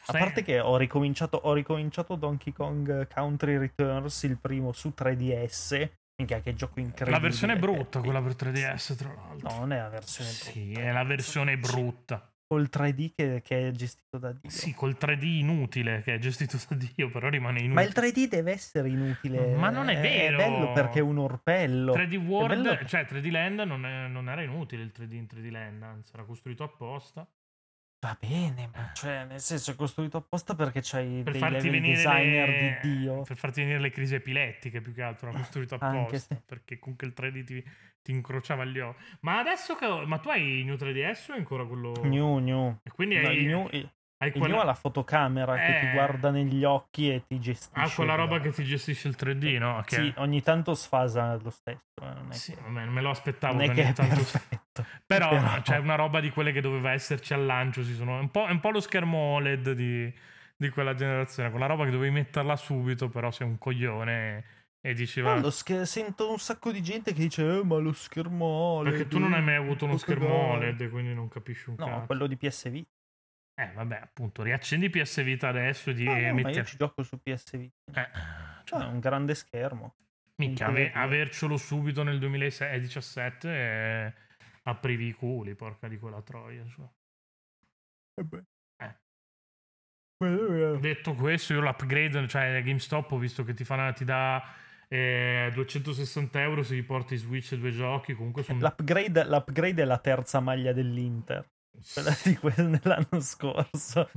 Sei... A parte che ho ricominciato, ho ricominciato Donkey Kong Country Returns, il primo su 3DS, Minchia, che gioco incredibile. La versione è brutta, quella per 3DS, tra l'altro. No, non è la versione brutta. Sì, è la versione brutta. Col 3D che, che, è gestito da Dio. Sì, col 3D inutile che è gestito da Dio, però rimane inutile. Ma il 3D deve essere inutile. Ma non è vero. È bello perché è un orpello. 3D World, cioè 3D Land non, è, non, era inutile il 3D in 3D Land, anzi era costruito apposta. Va bene, Ah. ma cioè, nel senso è costruito apposta perché c'hai per dei venire designer le... di Dio. Ah, Per farti venire le crisi epilettiche più che altro, l'ha costruito apposta se... perché comunque il 3D ti, ti incrociava gli occhi. Ma adesso che ho... ma tu hai il New 3DS o ancora quello New New? E quindi hai no, new... Hai quella... Io ho la fotocamera eh... che ti guarda negli occhi e ti gestisce. Ah, quella roba che ti gestisce il 3D, no? Okay. Sì, ogni tanto sfasa lo stesso. eh, Non sì, che... vabbè, me lo aspettavo. Non è che è tanto... perfetto. Però, Però... c'è cioè, una roba di quelle che doveva esserci al lancio. Si sono... un, po', un po' lo schermo OLED di, di quella generazione. Quella roba che dovevi metterla subito, però sei un coglione e diceva no, sch- sento un sacco di gente che dice eh, ma lo schermo OLED perché tu non hai mai avuto uno schermo OLED, OLED quindi non capisci un no, cazzo no quello di PSV eh, vamebbè, appunto, riaccendi PS Vita adesso di, no, no, e metti... Ah, io ci gioco su PS Vita. Eh, cioè, è un grande schermo. Mica, ave- avercelo subito nel 2017 eh, aprivi i culi, porca di quella troia. Cioè. Eh. Detto questo, io l'upgrade, cioè GameStop, ho visto che ti, fa, ti dà eh, 260 euro se gli porti Switch e due giochi. Comunque sono... l'upgrade, l'upgrade è la terza maglia dell'Inter quella di quella dell'anno scorso,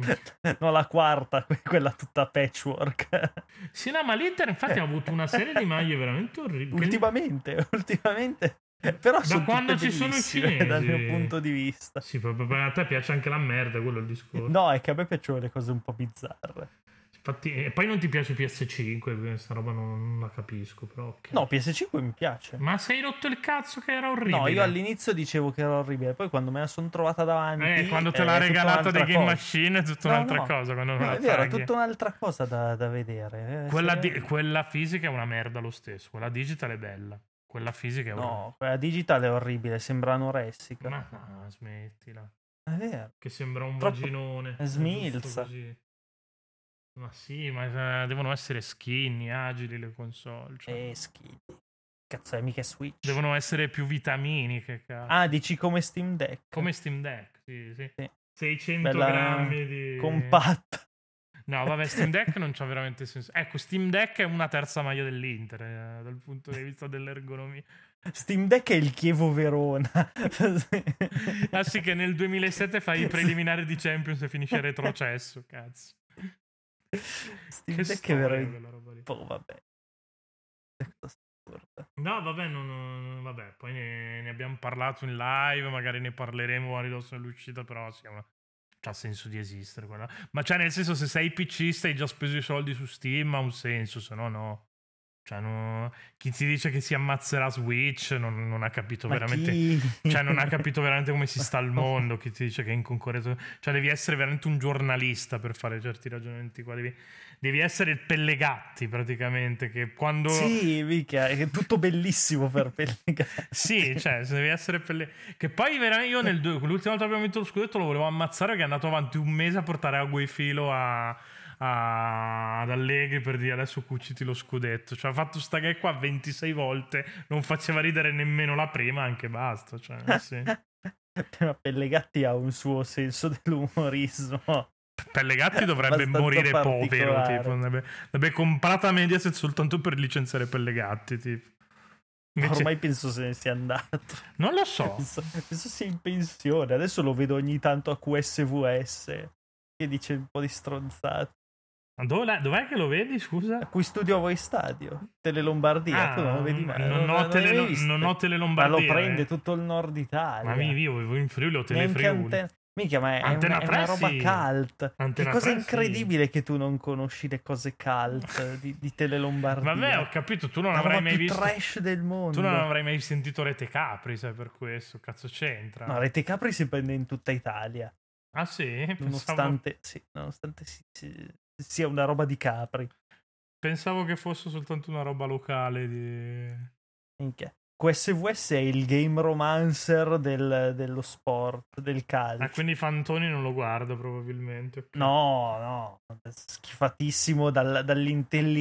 no, la quarta, quella tutta patchwork. Sì, no, ma l'Inter infatti ha avuto una serie di maglie veramente orribili. Ultimamente, ultimamente. Però Mhm. da quando ci sono i cinesi dal mio punto di vista sì proprio a te piace anche la merda quello è il discorso no è che a me piacevano le cose un po' bizzarre infatti e poi non ti piace PS5 questa roba non, non la capisco però okay. no PS5 mi piace ma sei rotto il cazzo che era orribile no io all'inizio dicevo che era orribile poi quando me la sono trovata davanti eh, quando te l'ha regalata dei Game Machine è tutta no, un'altra no. cosa quando no, Eh, è vero è tutta un'altra cosa da, da vedere Eh, quella, di- quella fisica è una merda lo stesso quella digital è bella quella fisica è no orribile. quella digitale è orribile sembra anoressica ma no smettila è vero che sembra un Troppo... vaginone eh, smilza ma sì, ma eh, devono essere skinny, agili le console. Cioè. Eh, skinny. Cazzo, è mica Switch. Devono essere più vitamini che cazzo. Ah, dici come Steam Deck. Come Steam Deck, sì, sì. sì. 600 Bella grammi di... Compatta. No, vabbè, Steam Deck non c'ha veramente senso. Ecco, Steam Deck è una terza maglia dell'Inter eh, dal punto di vista dell'ergonomia. Steam Deck è il Chievo Verona. ah sì, che nel 2007 fai i preliminari di Champions e finisce retrocesso, cazzo. Steam che Deck è veramente. Oh, vabbè. No, vabbè, non, non, vabbè. poi ne, ne, abbiamo parlato in live, magari ne parleremo a ridosso dell'uscita, però sì, una... c'ha senso di esistere. Quella. Ma cioè, nel senso, se sei PCista hai già speso i soldi su Steam, ha un senso, se no no. Cioè, no, chi ti dice che si ammazzerà Switch non, non ha capito Ma veramente. Chi? Cioè, non ha capito veramente come si sta al mondo. Chi ti dice che è in concorrenza. Cioè, devi essere veramente un giornalista per fare certi ragionamenti qua. Devi, devi essere il Pellegatti, praticamente. Che quando. Sì, mica, è tutto bellissimo per Pellegatti. sì, cioè, devi essere Pellegatti. Che poi veramente io nel, l'ultima volta che abbiamo vinto lo scudetto lo volevo ammazzare che è andato avanti un mese a portare ago e filo a ad Allegri per dire adesso cuciti lo scudetto. Cioè, ha fatto sta gag qua 26 volte, non faceva ridere nemmeno la prima, anche basta. Cioè, sì. Ma Pellegatti ha un suo senso dell'umorismo. Pellegatti dovrebbe morire povero. Tipo, andrebbe, andrebbe comprata Mediaset soltanto per licenziare Pellegatti. Tipo. Invece... Ormai penso se ne sia andato. Non lo so. Penso, penso sia in pensione. Adesso lo vedo ogni tanto a QSVS che dice un po' di stronzate. Dov'è, dov'è che lo vedi, scusa? A cui studio voi stadio? Tele Lombardia, ah, tu non lo vedi mai. Non, non, ho, tele, non, non ho Tele Lombardia. Ma lo prende tutto il nord Italia. eh. Ma mi vivo in Friuli o Tele Friuli. Anten- mica, ma è, Antena una, 3, è una roba sì. cult. Antena che cosa 3, incredibile sì. che tu non conosci le cose cult di, di Tele Lombardia. Vabbè, ho capito, tu non la avrai mai visto... trash del mondo. Tu non avrai mai sentito Rete Capri, sai, per questo. Cazzo c'entra. No, Rete Capri si prende in tutta Italia. Ah sì? Nonostante, Pensavo... sì, nonostante si, si sia una roba di Capri. Pensavo che fosse soltanto una roba locale di... Minchia. QSVS è il game romancer del, dello sport, del calcio. Ah, quindi Fantoni non lo guarda probabilmente. Okay. No, no, schifatissimo dal,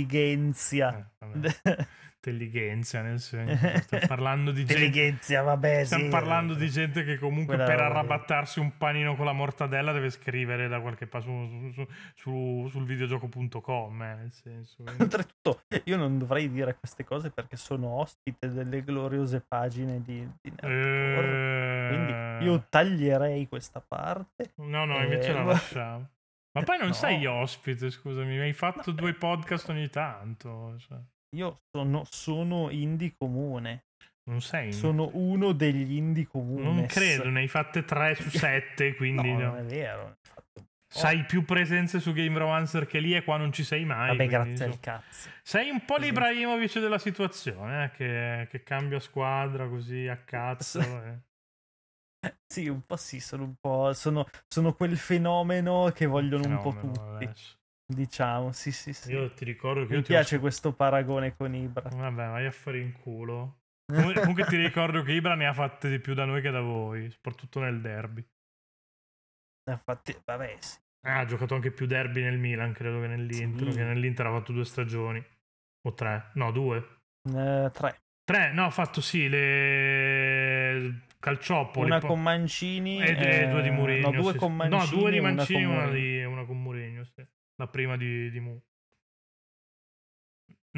dall'intelligenzia. Eh, intelligenza nel senso stiamo parlando di gente vabbè stiamo sì, eh. parlando di gente che comunque Quella per arrabattarsi un panino con la mortadella deve scrivere da qualche parte su, su, su, sul videogioco.com eh, nel senso oltretutto io non dovrei dire queste cose perché sono ospite delle gloriose pagine di, di Eh. e... quindi io taglierei questa parte no no invece e... Eh, la lasciamo ma poi non no. sei ospite scusami hai fatto no. due podcast ogni tanto cioè. Io sono, sono indie comune. Non sei. Sono uno degli indie comuni. Non credo, ne hai fatte 3 su 7, quindi no, no. è vero. Sai più presenze su Game Romancer che lì e qua non ci sei mai. Vabbè, grazie so. al Esatto. cazzo. Sei un po' l'Ibrahimovic della situazione, eh, che, che, cambia squadra così a cazzo. eh. Sì, un po' sì, sono un po'... Sono, sono quel fenomeno che vogliono un, fenomeno, un po' tutti. Adesso. Diciamo, sì, sì, sì. Io ti ricordo che mi piace ho... questo paragone con Ibra. Vabbè, vai a fare in culo. Comunque, comunque ti ricordo che Ibra ne ha fatte di più da noi che da voi, soprattutto nel derby. Eh, Infatti, vabbè, sì. Ah, ha giocato anche più derby nel Milan, credo che nell'Inter, sì. che nell'Inter ha fatto due stagioni o tre, no, due. Uh, tre. Tre, no, ha fatto sì, le Calciopoli. Una con Mancini eh, e, e Eh, due di Mourinho. No, due con Mancini, no, due di Mancini e una, una, di, una con Mourinho, sì la prima di, di, Mu.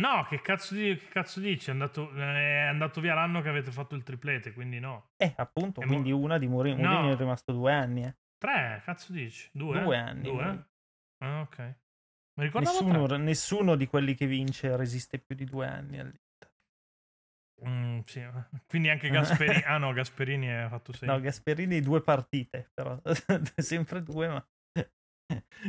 No, che cazzo, di, che cazzo dici? È andato, è andato, via l'anno che avete fatto il triplete, quindi no. Eh, appunto, e quindi mo... una di Mourinho. No. Mourinho è rimasto due anni. Eh. Tre, cazzo dici? Due? Due anni. Due? Ah, ok. Nessuno, nessuno, di quelli che vince resiste più di due anni all'Inter. Mm, sì. Quindi anche Gasperini... ah no, Gasperini ha fatto sei. No, Gasperini due partite, però. Sempre due, ma...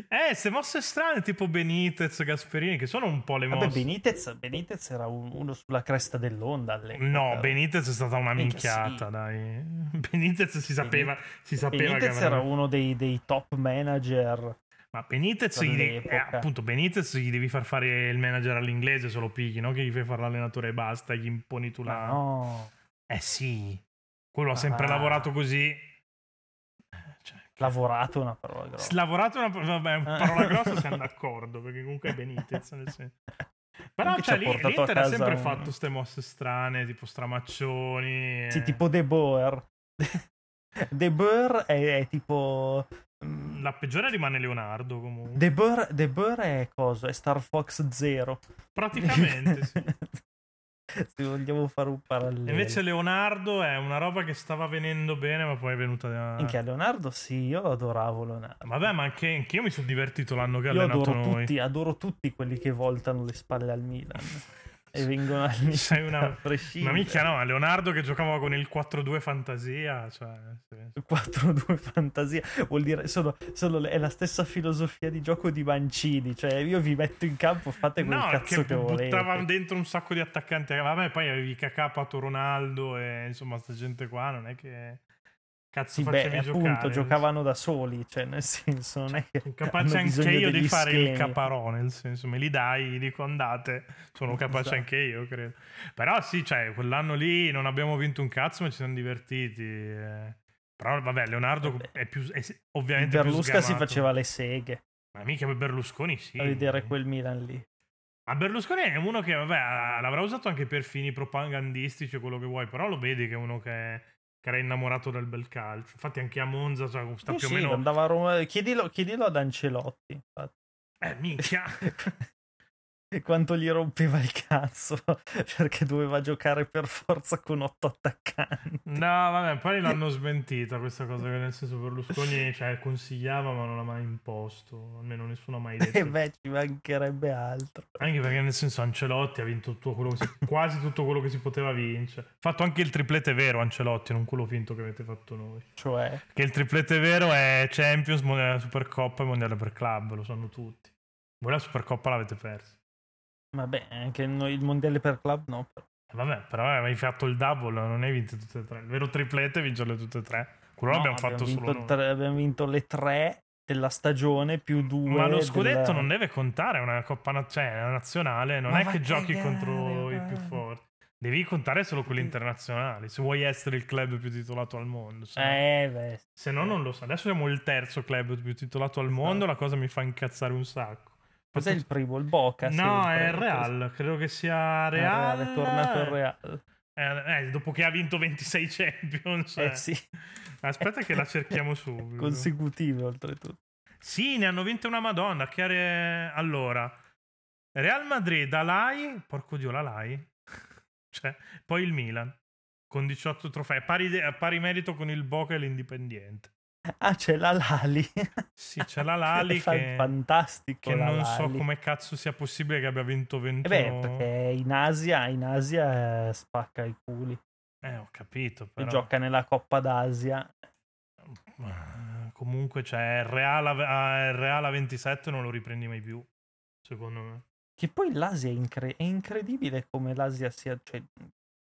Eh, se mosse strane tipo Benitez, Gasperini, che sono un po' le mosse. Vabbè, Benitez, Benitez era un, uno sulla cresta dell'onda. eh, No, Benitez è stata una minchiata, sì. dai. Benitez si sapeva, Benitez, si sapeva Benitez che era uno dei, dei top manager. Ma Benitez gli, devi, eh, appunto, Benitez gli devi far fare il manager all'inglese se lo pigli, no? Che gli fai fare l'allenatore e basta, gli imponi tu la... No. Eh sì, quello ah. ha sempre lavorato così. Eh, cioè, Lavorato è una parola grossa. Lavorato è una vabbè, parola grossa, siamo d'accordo, perché comunque è Benitez. Nel senso. Però cioè, lì, l'Inter ha sempre un... fatto queste mosse strane, tipo stramaccioni. eh. Sì, e... tipo De Boer. De Boer è, è, tipo... mm, La peggiore rimane Leonardo comunque. De Boer, De Boer è cosa? È Star Fox Zero. Praticamente, sì. Se vogliamo fare un parallelo. Invece Leonardo è una roba che stava venendo bene, ma poi è venuta. Da... Minchia, Leonardo sì, io adoravo Leonardo. Vabbè, ma anche, anche io mi sono divertito l'anno che ha io allenato adoro noi. Tutti, adoro tutti quelli che voltano le spalle al Milan. e vengono al Milan Sei una... a prescindere. Ma mica no, Leonardo che giocava con il 4-2 fantasia. Cioè... 4-2 fantasia vuol dire solo, solo, è la stessa filosofia di gioco di Mancini. Cioè, io vi metto in campo, fate quel no, cazzo che, che volete. buttava dentro un sacco di attaccanti. Vabbè, poi avevi cacapato Ronaldo e insomma, sta gente qua non è che. Cazzo, sì, beh, appunto, giocare, giocavano so. da soli, cioè, nel senso, non è che. Capace Cioè, anche io di fare schemi. il caparone, nel senso, me li dai, gli dico andate, sono capace esatto. anche io, credo. Però sì, cioè, quell'anno lì non abbiamo vinto un cazzo, ma ci siamo divertiti. Eh. Però vabbè, Leonardo vabbè. è più. È, ovviamente. Berlusca si faceva le seghe. Ma mica Berlusconi, sì. A vedere quel Milan lì. Ma Berlusconi è uno che, vabbè, l'avrà usato anche per fini propagandistici o quello che vuoi, però lo vedi che è uno che che era innamorato del bel calcio. Infatti, anche a Monza cioè, sta sì, Eh più o meno. Sì, andava a Roma... chiedilo, chiedilo ad Ancelotti. Infatti. Eh, minchia. quanto gli rompeva il cazzo perché doveva giocare per forza con otto attaccanti. No, vabbè, poi l'hanno smentita questa cosa che nel senso Berlusconi cioè, consigliava ma non l'ha mai imposto, almeno nessuno ha mai detto. E beh, ci mancherebbe altro. Anche perché nel senso Ancelotti ha vinto tutto quello si, quasi tutto quello che si poteva vincere. Ha fatto anche il triplete vero Ancelotti, non quello finto che avete fatto noi. Cioè? Che il triplete vero è Champions, Mondiale Supercoppa e Mondiale per Club, lo sanno tutti. Voi la Supercoppa l'avete persa. Vabbè, anche noi, il mondiale per club no. Eh, Vabbè, però avevi fatto il double, non hai vinto tutte e tre. Il vero triplete vincerle tutte e tre. Quello no, abbiamo, abbiamo fatto vinto solo tre, abbiamo vinto le tre della stagione più due. Ma lo della- scudetto non deve contare, è una coppa na- cioè, è una nazionale, non Ma è va che a giochi cagare, contro va. i più forti. Devi contare solo quelli internazionali, se vuoi essere il club più titolato al mondo. Se no, Eh, beh. se no non lo so. Adesso siamo il terzo club più titolato al mondo, la cosa mi fa incazzare un sacco. Cos'è Ah. il primo? Il Boca? sì, No, il è il primo. Real, credo che sia Il Real. È tornato il Real. Eh, eh, dopo che ha vinto 26 Champions. Eh, eh. sì, Aspetta che la cerchiamo subito. consecutive oltretutto. Sì, ne hanno vinte una madonna. Che are- Allora, Real Madrid, Alai, porco dio, l'Alai. cioè, poi il Milan, con 18 trofei, pari, de- pari merito con il Boca e l'Indipendiente. Ah, c'è la Lali. Sì, c'è la Lali Cioè, Fa- che, Fantastico che la non so Lali. come cazzo sia possibile che abbia vinto Eh 21. beh, perché in Asia, in Asia eh, spacca i culi. Eh, ho capito, E però. Gioca nella Coppa d'Asia. Ma Comunque, cioè, il Real a- a, il Real a 27 non lo riprendi mai più, secondo me. Che poi l'Asia è, incre- è incredibile come l'Asia sia cioè,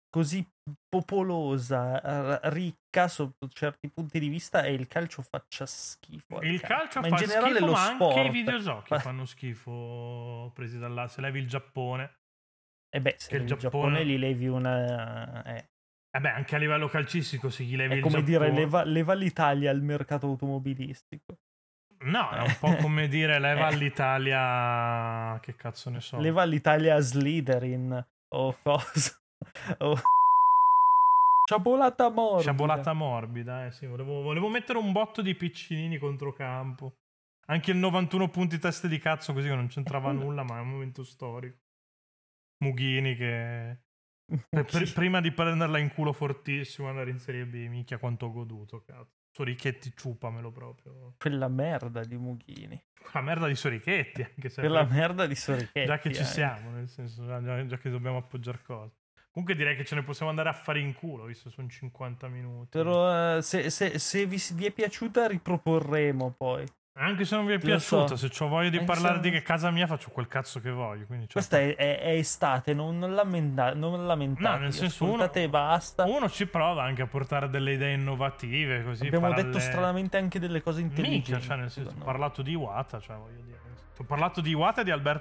così popolosa, r- ricca sotto certi punti di vista e il calcio faccia schifo. al Il calcio ma fa in generale schifo, lo ma sport. anche i videogiochi Fa- fanno schifo presi dall'Asia. Se levi il Giappone, E Eh beh, se che il il Giappone... Giappone gli levi una... eh, vabbè, anche a livello calcistico, se gli levi È il come Giappone, dire, leva, leva l'Italia al mercato automobilistico. no, è un po' come dire leva all'Italia, che cazzo ne so, Eh. Leva l'Italia a Slytherin o cosa. o... Sciabolata morta. sciabolata morbida. eh, sì, volevo, volevo mettere un botto di piccinini contro campo. Anche il 91 punti teste di cazzo, così che non c'entrava Eh, nulla, ma è un momento storico. Mughini che Pr- pr- prima di prenderla in culo fortissimo e andare in Serie B, minchia quanto ho goduto, cazzo. Sorichetti ciupamelo proprio. Quella merda di Mughini. Quella merda di Sorichetti, anche se Quella merda di eh. Sorichetti. già che ci anche. siamo, nel senso, già, già- già che dobbiamo appoggiare cose. Comunque direi che ce ne possiamo andare a fare in culo, visto sono 50 minuti. Però eh, se, se- se vi, vi è piaciuta riproporremo poi. Anche se non vi è Lo piaciuta, so. se ho voglia di Anche parlare se- di che casa mia faccio quel cazzo che voglio. Quindi, cioè, Questa è, è- è estate, non, non lamenta- non lamentatevi. No, nel senso, uno- ascoltate e basta. uno ci prova anche a portare delle idee innovative, così Abbiamo detto parallele. stranamente anche delle cose intelligenti. Minchia, cioè, nel senso, ho secondo me. parlato di Iwata, cioè, voglio dire. nel senso, Ho parlato di Iwata e di Alberto.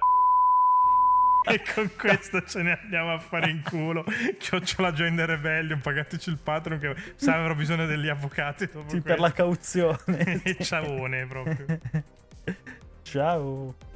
E con questo ce ne andiamo a fare in culo. Chiocciola Join the Rebellion, pagateci il patron che se avrò bisogno degli avvocati dopo Sì, per la questo. cauzione. E ciaone proprio. Ciao.